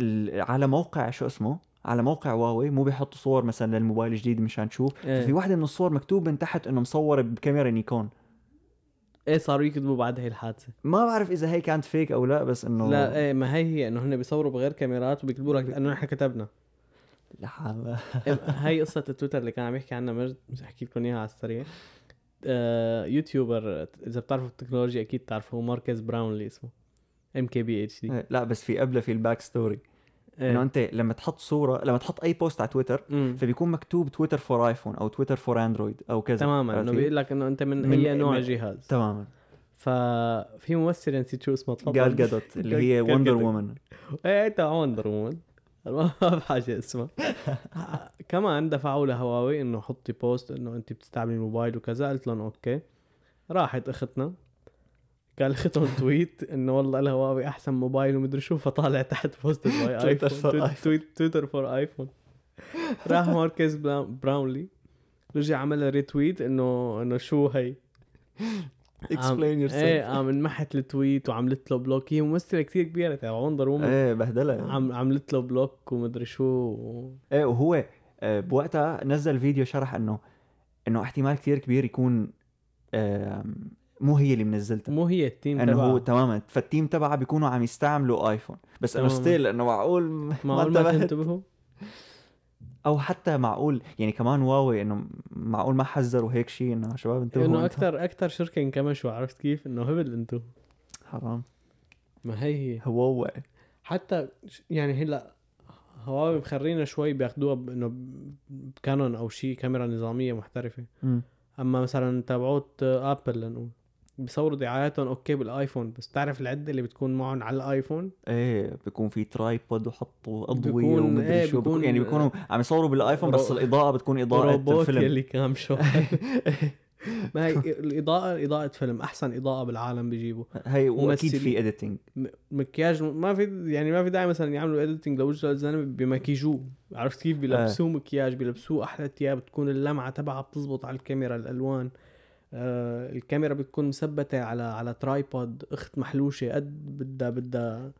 B: ال- على موقع شو اسمه على موقع هواوي مو بيحطوا صور مثلا للموبايل الجديد مشان نشوف في
A: ايه,
B: واحدة من الصور مكتوب من تحت انه مصورة بكاميرا نيكون
A: إيه صاروا يكذبوا بعد هي الحادثه
B: ما بعرف اذا هي كانت فيك او لا بس انه
A: لا ايه ما هي هي انه هن بيصوروا بغير كاميرات وبيكتبوا لك انه نحن كتبنا
B: لحالها.
A: إيه، هاي قصه التويتر اللي كان عم يحكي عنها مجد بس احكي لكم اياها على السريع آه يوتيوبر اذا بتعرفوا التكنولوجيا اكيد تعرفوه ماركز براون اللي اسمه ام كي بي اتش دي
B: لا بس في قبله في الباك ستوري
A: إيه.
B: انه انت لما تحط صورة لما تحط اي بوست على تويتر فبيكون مكتوب تويتر فور ايفون او تويتر فور اندرويد او كذا
A: تماما انه
B: عرفتي؟
A: بيقول لك انه انت من
B: من-
A: اي نوع
B: من-
A: جهاز
B: تماما
A: ففي ممثله نسيت شو اسمها تفضل
B: جال جادوت اللي هي
A: جال
B: وندر
A: جادوت.
B: وومن
A: ايه انت وندر وومن ما بحاجه اسمها كمان دفعوا لهواوي انه حطي بوست انه انت بتستعملي الموبايل وكذا قلت لهم اوكي راحت اختنا قال اختهم تويت انه والله الهواوي احسن موبايل ومدري شو فطالع تحت بوست باي
B: تويتر
A: ايفون
B: for
A: تويت- تويت- تويتر فور ايفون راح ماركيز براو- براونلي رجع عمل ريتويت انه انه شو هي
B: اكسبلين يور
A: ايه
B: سيلف
A: عم انمحت التويت وعملت له بلوك هي ممثله كثير كبيره تبع وندر وومن
B: ايه بهدله
A: عم عملت له بلوك ومدري شو و...
B: ايه وهو آه، بوقتها نزل فيديو شرح انه انه احتمال كثير كبير يكون آم، مو هي اللي منزلتها
A: مو هي التيم
B: انه هو
A: تبعه
B: تماما فالتيم تبعها بيكونوا عم يستعملوا ايفون بس انه
A: تماماً.
B: ستيل انه معقول ما,
A: ما ما
B: انتبهت
A: تنتبهوا
B: او حتى معقول يعني كمان واوي انه معقول ما حذروا هيك شيء انه شباب انتبهوا
A: انه
B: انتبهوا.
A: اكثر اكثر شركه انكمشوا عرفت كيف انه هبل انتو
B: حرام
A: ما هي هي
B: هواوي
A: حتى ش- يعني هلا هواوي مخرينا شوي بياخدوها ب- انه ب- بكانون او شيء كاميرا نظاميه محترفه
B: مم.
A: اما مثلا تبعوت ابل لنقول بيصوروا دعاياتهم اوكي بالايفون بس بتعرف العده اللي بتكون معهم على الايفون
B: ايه بيكون في ترايبود وحطوا اضويه
A: بيكون-
B: ومدري
A: إيه،
B: شو بيكون
A: بيكون-
B: يعني بيكونوا عم يصوروا بالايفون بس
A: رو-
B: الاضاءه بتكون اضاءه
A: روبوت
B: الفيلم
A: يلي كام شو ما هي الاضاءه اضاءه فيلم احسن اضاءه بالعالم بيجيبوا
B: هي واكيد
A: ممثلين.
B: في اديتنج
A: م- مكياج ما في يعني ما في داعي مثلا يعملوا اديتنج لوجه الزلمه بمكيجوه عرفت كيف بيلبسوه مكياج بيلبسوه احلى ثياب بتكون اللمعه تبعها بتزبط على الكاميرا الالوان آه الكاميرا بتكون مثبته على على ترايبود اخت محلوشه قد بدها بدها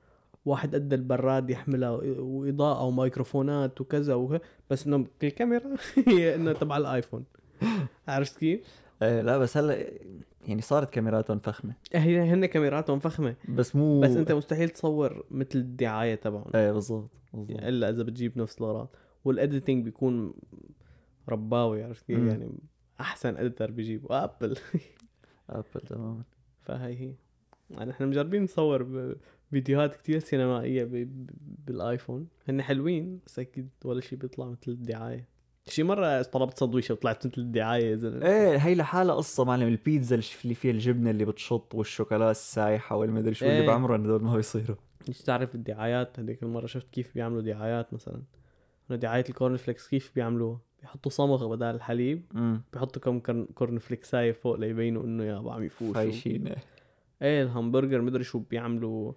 A: واحد قد البراد يحملها و- واضاءه وميكروفونات وكذا وه... بس انه الكاميرا هي انه تبع الايفون عرفت كيف؟
B: آه لا بس هلا يعني صارت كاميراتهم فخمه
A: هي هن كاميراتهم فخمه
B: بس مو
A: بس انت مستحيل تصور مثل الدعايه تبعهم
B: ايه بالضبط بالضبط
A: يعني الا اذا بتجيب نفس لورات والاديتنج بيكون رباوي عرفت كيف
B: مم.
A: يعني احسن اديتر بيجيبه ابل
B: ابل تماما
A: فهي هي يعني احنا مجربين نصور ب- فيديوهات كتير سينمائيه ب... ب- بالايفون هن حلوين بس اكيد ولا شيء بيطلع مثل الدعايه شي مره طلبت سندويشه وطلعت مثل الدعايه يا زلمه
B: ايه هي لحالها قصه معلم البيتزا اللي شف- اللي فيها الجبنه اللي بتشط والشوكولا السايحه والمدري شو
A: إيه.
B: اللي بعمرهم هدول ما بيصيروا
A: مش تعرف الدعايات هذيك المره شفت كيف بيعملوا دعايات مثلا انه دعايه الكورن فليكس كيف بيعملوها بيحطوا صمغ بدل الحليب
B: امم
A: بيحطوا كم كرن- كورن فليكساية فوق ليبينوا انه يابا عم يفوشوا
B: فايشينه
A: ايه الهمبرجر مدري شو بيعملوا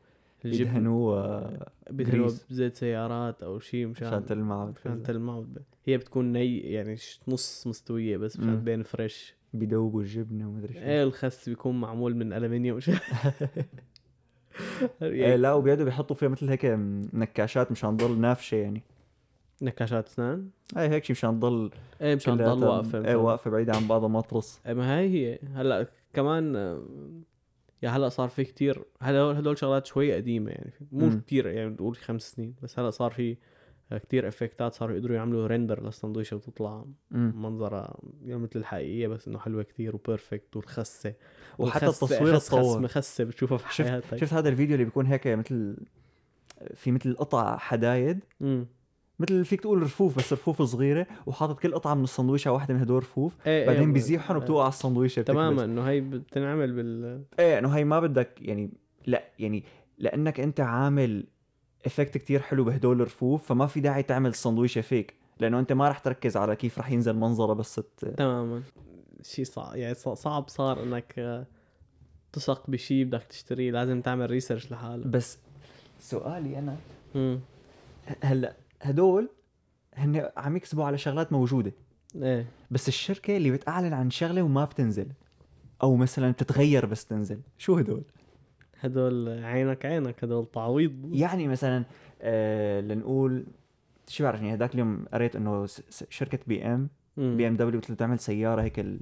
A: الجبن
B: يدهنوه
A: بيدهنوا
B: grease.
A: بزيت سيارات او شيء
B: عشان
A: مشان
B: تلمع
A: مشان تلمع هي بتكون ني يعني ش- نص مستويه بس مشان
B: مم.
A: تبين فريش
B: بيدوبوا الجبنه ومدري شو
A: ايه الخس بيكون معمول من المنيوم مش
B: إيه،
A: يعني
B: لا وبيقعدوا بيحطوا فيها مثل هيك نكاشات مشان تضل نافشه يعني
A: نكاشات اسنان
B: هاي هيك شيء مشان تضل
A: ايه مشان
B: كلها
A: تضل
B: تم-
A: واقفه
B: ايه
A: مشان-
B: واقفه بعيده عن بعضها ما ترص
A: إيه، ما هاي هي هلا كمان آه، يا هلا صار في كتير هدول هدول شغلات شوي قديمه يعني مو
B: مم.
A: كتير يعني بنقول خمس سنين بس هلا صار في آه، كتير افكتات صاروا يقدروا يعملوا ريندر للسندويشه وتطلع
B: مم.
A: منظرها يعني مثل الحقيقيه بس انه حلوه كتير وبيرفكت والخسه
B: وحتى
A: والخسة-
B: التصوير
A: خس- خس-
B: اتطور
A: مخسه بتشوفها في
B: شفت-
A: حياتك
B: شفت هذا الفيديو اللي بيكون هيك مثل في مثل قطع حدايد
A: مم.
B: مثل فيك تقول رفوف بس رفوف صغيره وحاطط كل قطعه من السندويشه على واحده من هدول الرفوف
A: ايه
B: بعدين
A: إيه،
B: بيزيحهم
A: آه،
B: وبتوقع على السندويشه بتكبس.
A: تماما انه هي بتنعمل بال
B: ايه انه هي ما بدك يعني لا يعني لانك انت عامل افكت كتير حلو بهدول الرفوف فما في داعي تعمل سندويشه فيك لانه انت ما رح تركز على كيف رح ينزل منظره بس ت...
A: تماما شيء صعب يعني ص- صعب صار انك آه، تثق بشيء بدك تشتريه لازم تعمل ريسيرش لحالك
B: بس سؤالي انا
A: مم.
B: هلا هدول هن عم يكسبوا على شغلات موجوده
A: ايه
B: بس الشركه اللي بتعلن عن شغله وما بتنزل او مثلا بتتغير بس تنزل شو هدول
A: هدول عينك عينك هدول تعويض
B: يعني مثلا آه لنقول شو بعرفني هداك اليوم قريت انه س- س- شركه بي ام
A: مم.
B: بي ام دبليو مثل تعمل سياره هيك ال-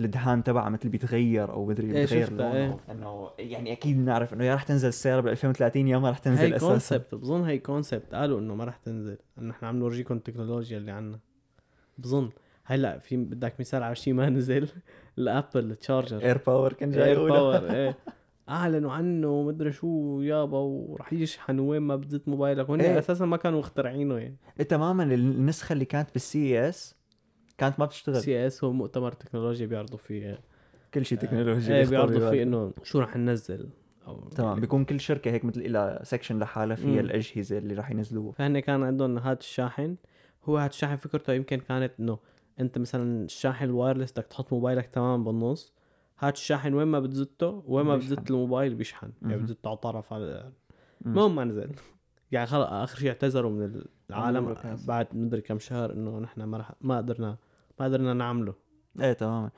B: الدهان تبعها مثل بيتغير او مدري
A: إيه،
B: بيتغير
A: شفتها،
B: لونه انه يعني اكيد بنعرف انه يا رح تنزل السياره بال 2030 يا ما رح تنزل
A: هي
B: اساسا
A: كونسبت بظن هي كونسبت قالوا انه ما رح تنزل انه احنا عم نورجيكم التكنولوجيا اللي عنا بظن هلا في بدك مثال على شيء ما نزل الابل تشارجر
B: اير باور كان إيه، جاي يقولها.
A: باور ايه اعلنوا عنه ومدري شو يابا ورح يشحن وين ما بزت موبايلك وهن
B: إيه.
A: اساسا ما كانوا مخترعينه يعني
B: إيه، تماما النسخه اللي كانت بالسي اس كانت ما بتشتغل
A: سي اس هو مؤتمر تكنولوجيا بيعرضوا فيه
B: كل شيء تكنولوجيا
A: ايه
B: يخطر
A: بيعرضوا
B: ببالك.
A: فيه انه شو رح ننزل يعني او
B: تمام بيكون كل شركه هيك مثل لها سكشن لحالها
A: مم.
B: فيها الاجهزه اللي راح ينزلوها
A: فهن كان عندهم هاد الشاحن هو هاد الشاحن فكرته يمكن كانت انه انت مثلا الشاحن الوايرلس بدك تحط موبايلك تماما بالنص هاد الشاحن وين ما بتزته وين ما
B: بيشحن.
A: بتزت الموبايل بيشحن يعني
B: مهم.
A: بتزته على طرف على
B: مم.
A: المهم ما نزل يعني خلص اخر شيء اعتذروا من العالم
B: أمور كاسة.
A: بعد مدري كم شهر انه نحن ما رح ما قدرنا ما قدرنا نعمله
B: ايه تماما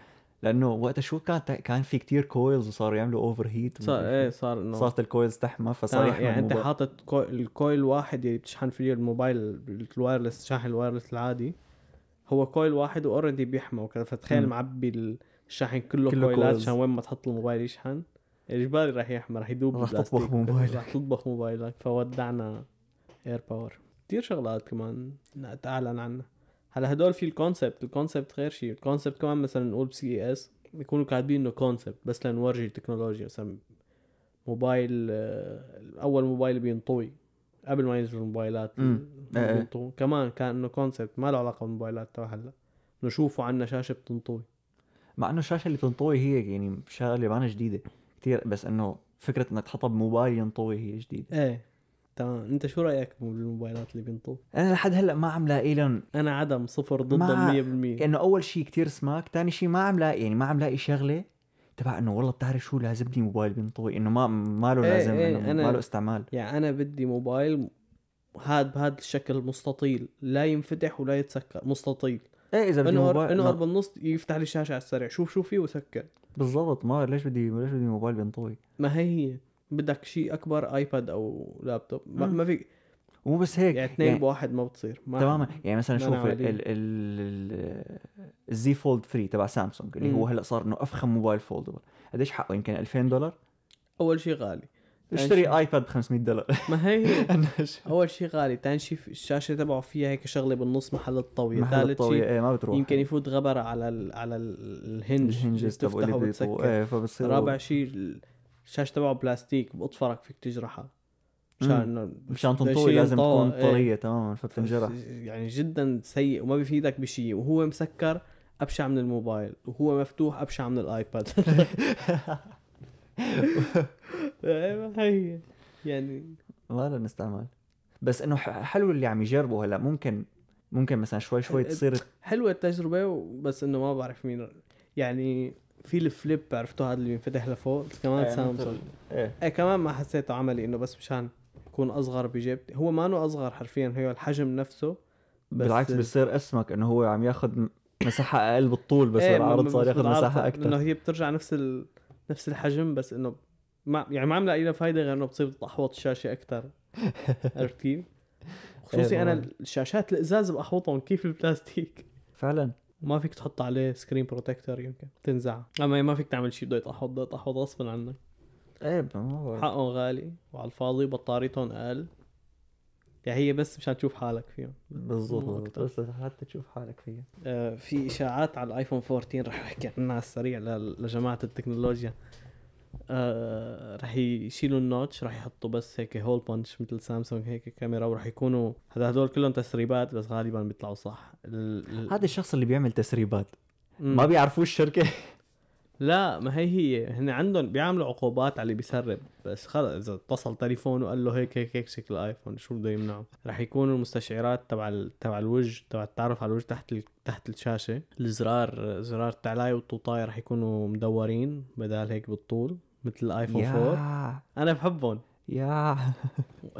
B: لانه وقتها شو كان كان في كتير كويلز وصاروا يعملوا اوفر هيت
A: صار ايه صار انه
B: صارت الكويلز تحمى فصار
A: تمام،
B: يحمى
A: يعني انت
B: الموبايل.
A: حاطط كو... الكويل واحد اللي بتشحن فيه الموبايل الوايرلس شاحن الوايرلس العادي هو كويل واحد واوريدي بيحمى وكذا فتخيل
B: مم.
A: معبي الشاحن كله,
B: كله
A: كله كويلات
B: كويلز.
A: عشان وين ما تحط الموبايل يشحن اجباري راح يحمى راح يدوب
B: راح
A: بالبلاستيك.
B: تطبخ موبايلك.
A: راح تطبخ موبايلك فودعنا اير باور كثير شغلات كمان لا تعلن عنها هلا هدول في الكونسبت الكونسبت غير شيء الكونسبت كمان مثلا نقول بسي اس بيكونوا كاتبين انه كونسبت بس لنورجي التكنولوجيا مثلا موبايل آه، اول موبايل بينطوي قبل ما ينزلوا الموبايلات
B: أمم، إيه إيه.
A: بينطوي كمان كان انه كونسبت ما له علاقه بالموبايلات تبع هلا نشوفوا عنا شاشه بتنطوي
B: مع انه الشاشه اللي تنطوي هي يعني شغله معنا جديده كتير بس انه فكره انك تحطها بموبايل ينطوي هي جديده
A: ايه تمام انت شو رايك بالموبايلات اللي بينطوي
B: انا لحد هلا ما عم لاقي لهم
A: انا عدم صفر ضد
B: ما- يعني
A: ال 100%
B: انه اول شيء كتير سماك ثاني شيء ما عم لاقي يعني ما عم لاقي شغله تبع انه والله بتعرف شو لازمني موبايل بينطوي انه ما ما له
A: إيه،
B: لازم
A: إيه،
B: انه
A: أنا-
B: ما له استعمال
A: يعني انا بدي موبايل هاد بهذا الشكل مستطيل لا ينفتح ولا يتسكر مستطيل
B: ايه اذا بدي
A: انه
B: موبايل
A: انه
B: ما-
A: بالنص يفتح لي الشاشه على السريع شوف شو فيه وسكر
B: بالضبط ما ليش بدي ليش بدي موبايل بينطوي
A: ما هي هي بدك شيء اكبر ايباد او لابتوب ما,
B: مم.
A: ما في
B: مو بس هيك
A: يعني اثنين بواحد ما بتصير ما
B: تماما يعني مثلا
A: ما نعم،
B: شوف
A: أنا
B: ال
A: عادي.
B: ال ال الزي فولد 3 تبع سامسونج اللي
A: مم.
B: هو هلا صار انه افخم موبايل فولدبل قديش حقه يمكن 2000 دولار
A: اول شيء غالي تاني
B: اشتري
A: شي-
B: ايباد ب 500 دولار
A: ما هي هي
B: أنا ش-
A: اول شيء غالي ثاني شيء في- الشاشه تبعه فيها هيك شغله بالنص محل الطاويه
B: محل
A: ثالث
B: الطاوية
A: شيء
B: ايه ما بتروح
A: يمكن يفوت غبره على ال على ال- الهنج
B: الهنجز تبعه
A: تفتحه
B: اللي بيطو
A: وتسكر
B: ايه فبتصير
A: رابع شيء الشاشه تبعه بلاستيك باظفرك فيك تجرحها
B: مم.
A: مشان
B: مشان
A: بده
B: تنطوي
A: شي
B: لازم
A: ينطوى،
B: تكون
A: إيه.
B: طريه تماما فبتنجرح
A: يعني جدا سيء وما بيفيدك بشيء وهو مسكر ابشع من الموبايل وهو مفتوح ابشع من الايباد إيه، هي يعني
B: ما لنا استعمال بس انه ح- حلو اللي عم يجربوا هلا ممكن ممكن مثلا شوي شوي
A: ال-
B: تصير
A: حلوه التجربه و- بس انه ما بعرف مين يعني في الفليب عرفتوا هذا اللي بينفتح لفوق كمان
B: إيه،
A: سامسونج
B: ايه
A: ايه كمان ما حسيته عملي انه بس مشان يكون اصغر بجيبتي هو ما انه اصغر حرفيا هو الحجم نفسه بس إيه.
B: بالعكس بصير اسمك انه هو عم ياخذ مساحه اقل بالطول بس
A: إيه،
B: بالعرض
A: بس
B: صار ياخذ
A: بالعرض
B: مساحه
A: صار- انه
B: اكثر
A: هي بترجع نفس ال... نفس الحجم بس انه ما يعني ما عم لاقي لها فايده غير انه بتصير بتحوط الشاشه اكثر عرفت كيف؟ خصوصي انا
B: طبعاً.
A: الشاشات الازاز بقحوطهم كيف البلاستيك
B: فعلا
A: وما فيك تحط عليه سكرين بروتكتور يمكن تنزع اما ما فيك تعمل شيء بده يتقحط بده يتقحط غصبا عنك
B: ايه ب- ما هو
A: حقهم غالي وعلى الفاضي بطاريتهم اقل يعني هي بس مشان تشوف حالك فيهم مو
B: بالضبط
A: أكتر.
B: بس حتى تشوف حالك فيها
A: آه، في اشاعات على الايفون 14 رح احكي عنها على السريع ل- لجماعه التكنولوجيا آه، رح يشيلوا النوتش رح يحطوا بس هيك هول بانش مثل سامسونج هيك كاميرا ورح يكونوا هذا هدول كلهم تسريبات بس غالبا بيطلعوا صح ال...
B: هذا الشخص اللي بيعمل تسريبات ما
A: ما
B: بيعرفوه الشركه
A: لا ما هي هي هن عندهم بيعملوا عقوبات على اللي بيسرب بس خلص اذا اتصل تليفونه وقال له هيك هيك هيك شكل الايفون شو بده يمنعه رح يكونوا المستشعرات تبع ال- تبع الوجه تبع التعرف على الوجه تحت ال... تحت الشاشه الزرار زرار التعلاية والطوطاي رح يكونوا مدورين بدال هيك بالطول مثل الايفون 4
B: يا
A: انا بحبهم
B: يا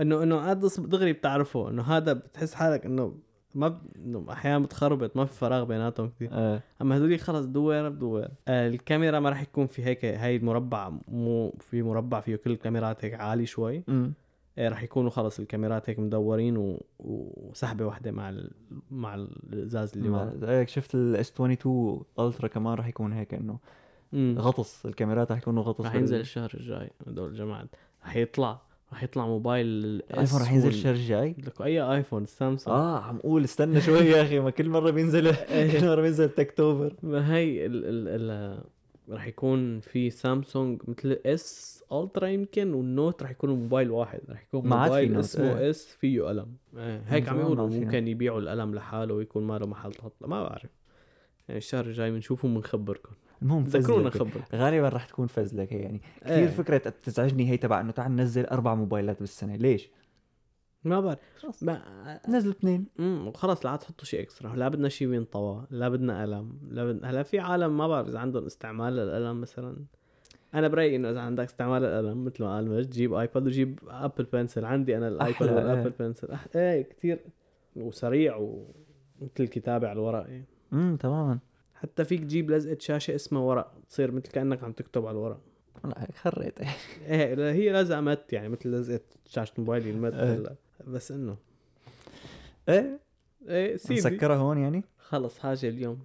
A: انه انه قد أص- دغري بتعرفه انه هذا بتحس حالك انه ما ب... إنه احيانا بتخربط ما في فراغ بيناتهم كثير
B: إيه.
A: اما هذول خلص دوير بدوير آه، الكاميرا ما راح يكون في هيك هاي المربع مو في مربع فيه كل الكاميرات هيك عالي شوي
B: أمم.
A: آه، راح يكونوا خلص الكاميرات هيك مدورين و... وسحبه واحده مع ال... مع الازاز اللي
B: مع-
A: ورا
B: إيه، شفت الاس 22 الترا كمان راح يكون هيك انه
A: مم.
B: غطس الكاميرات راح يكونوا غطس
A: راح
B: بال-
A: ينزل الشهر الجاي هدول الجماعه راح يطلع راح يطلع موبايل
B: الايفون راح ينزل الشهر الجاي
A: لك اي ايفون السامسونج
B: اه عم قول استنى شوي يا اخي ما كل مره بينزل
A: إيه.
B: كل مره بينزل تكتوبر
A: ما هي ال... ال... ال... راح يكون في سامسونج مثل اس الترا يمكن والنوت راح يكون موبايل واحد راح يكون
B: ما عاد في
A: موبايل
B: نوت،
A: اسمه
B: إيه.
A: اس فيه قلم إيه، هيك عم
B: زمان ما
A: يقولوا
B: في نوت.
A: ممكن يبيعوا القلم لحاله ويكون ما له محل تحط ما بعرف يعني الشهر الجاي بنشوفه بنخبركم
B: المهم
A: ذكرونا
B: فزلك
A: خبر
B: غالبا راح تكون فزلك هي يعني كثير
A: إيه.
B: فكره بتزعجني هي تبع انه تعال ننزل اربع موبايلات بالسنه ليش
A: ما بعرف ما
B: نزل اثنين
A: امم وخلص لا تحطوا شيء اكسترا لا بدنا شيء ينطوى لا بدنا قلم لا بدنا هلا في عالم ما بعرف اذا عندهم استعمال للقلم مثلا انا برايي انه اذا عندك استعمال للقلم مثل ما قال مجد جيب ايباد وجيب ابل بنسل عندي انا الايباد
B: أحلى، إيه.
A: والابل بنسل أح... ايه كثير وسريع ومثل الكتابه على الورق إيه.
B: امم تماما
A: حتى فيك تجيب لزقه شاشه اسمها ورق تصير مثل كانك عم تكتب على الورق
B: لا هيك خريت
A: ايه لا، هي لزقه مت يعني مثل لزقه شاشه موبايلي المت
B: إيه.
A: هلا بس انه
B: ايه
A: ايه سيدي
B: مسكرها هون يعني
A: خلص حاجه اليوم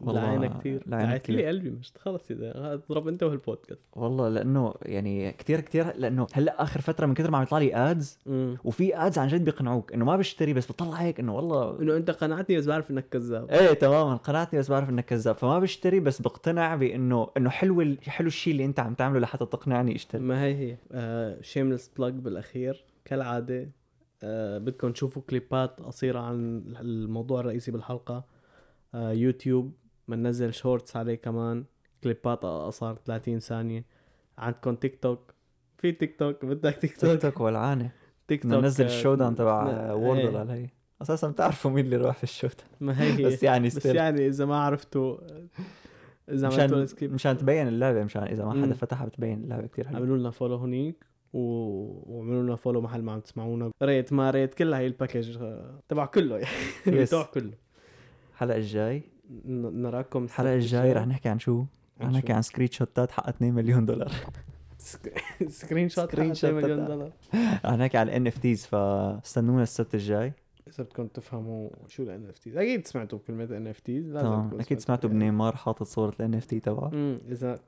B: والله
A: لعينة كثير
B: لعينة
A: لعيت
B: كتير.
A: لي قلبي مش خلص اذا اضرب انت وهالبودكاست
B: والله لانه يعني كثير كثير لانه هلا اخر فتره من كثر ما عم يطلع لي ادز وفي ادز عن جد بيقنعوك انه ما بشتري بس بطلع هيك انه والله
A: انه انت قنعتني بس بعرف انك كذاب
B: ايه تماما قنعتني بس بعرف انك كذاب فما بشتري بس بقتنع بانه انه حلو ال- حلو الشيء اللي انت عم تعمله لحتى تقنعني اشتري
A: ما هي هي آه شيملس بلاج بالاخير كالعاده آه بدكم تشوفوا كليبات قصيره عن الموضوع الرئيسي بالحلقه آه يوتيوب بننزل شورتس عليه كمان كليبات قصار 30 ثانيه عندكم تيك توك في تيك توك بدك تيك توك
B: تيك توك والعانه
A: تيك توك
B: بدنا ننزل
A: آه،
B: الشو داون تبع
A: آه،
B: ووردل
A: إيه.
B: علي اساسا بتعرفوا مين اللي راح في الشو داون
A: ما هي هي.
B: بس يعني
A: بس
B: ستيل
A: يعني اذا ما عرفتوا اذا عملتوا
B: مشان
A: سكيب
B: مشان تبين اللعبه مشان اذا ما
A: مم.
B: حدا فتحها بتبين اللعبه كثير حلوه
A: عملوا لنا فولو هونيك و... وعملوا لنا فولو محل ما عم تسمعونا ريت ما ريت كل هاي الباكج آه، تبع كله يعني
B: Yes.
A: تبع كله
B: الحلقه الجاي
A: ن- نراكم السبت
B: الحلقه الجاي رح نحكي عن شو؟ رح
A: عن شو؟
B: نحكي عن سكرين شوتات حق 2 مليون دولار
A: سك- سكرين شوت سكرين شوت
B: سكرين شوت
A: مليون
B: تبع.
A: دولار
B: رح نحكي عن الان اف تيز فاستنونا السبت الجاي
A: اذا بدكم تفهموا شو الان اف تيز اكيد سمعتوا بكلمه ان اف تيز
B: تمام اكيد سمعتوا بنيمار حاطط صوره الان اف تي تبعه
A: اذا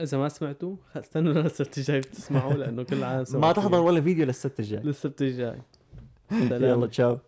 A: اذا ما سمعتوا خ- استنوا للسبت الجاي بتسمعوا لانه كل عام
B: ما تحضر ولا فيديو للسبت الجاي
A: للسبت الجاي
B: يلا
A: سلام
B: تشاو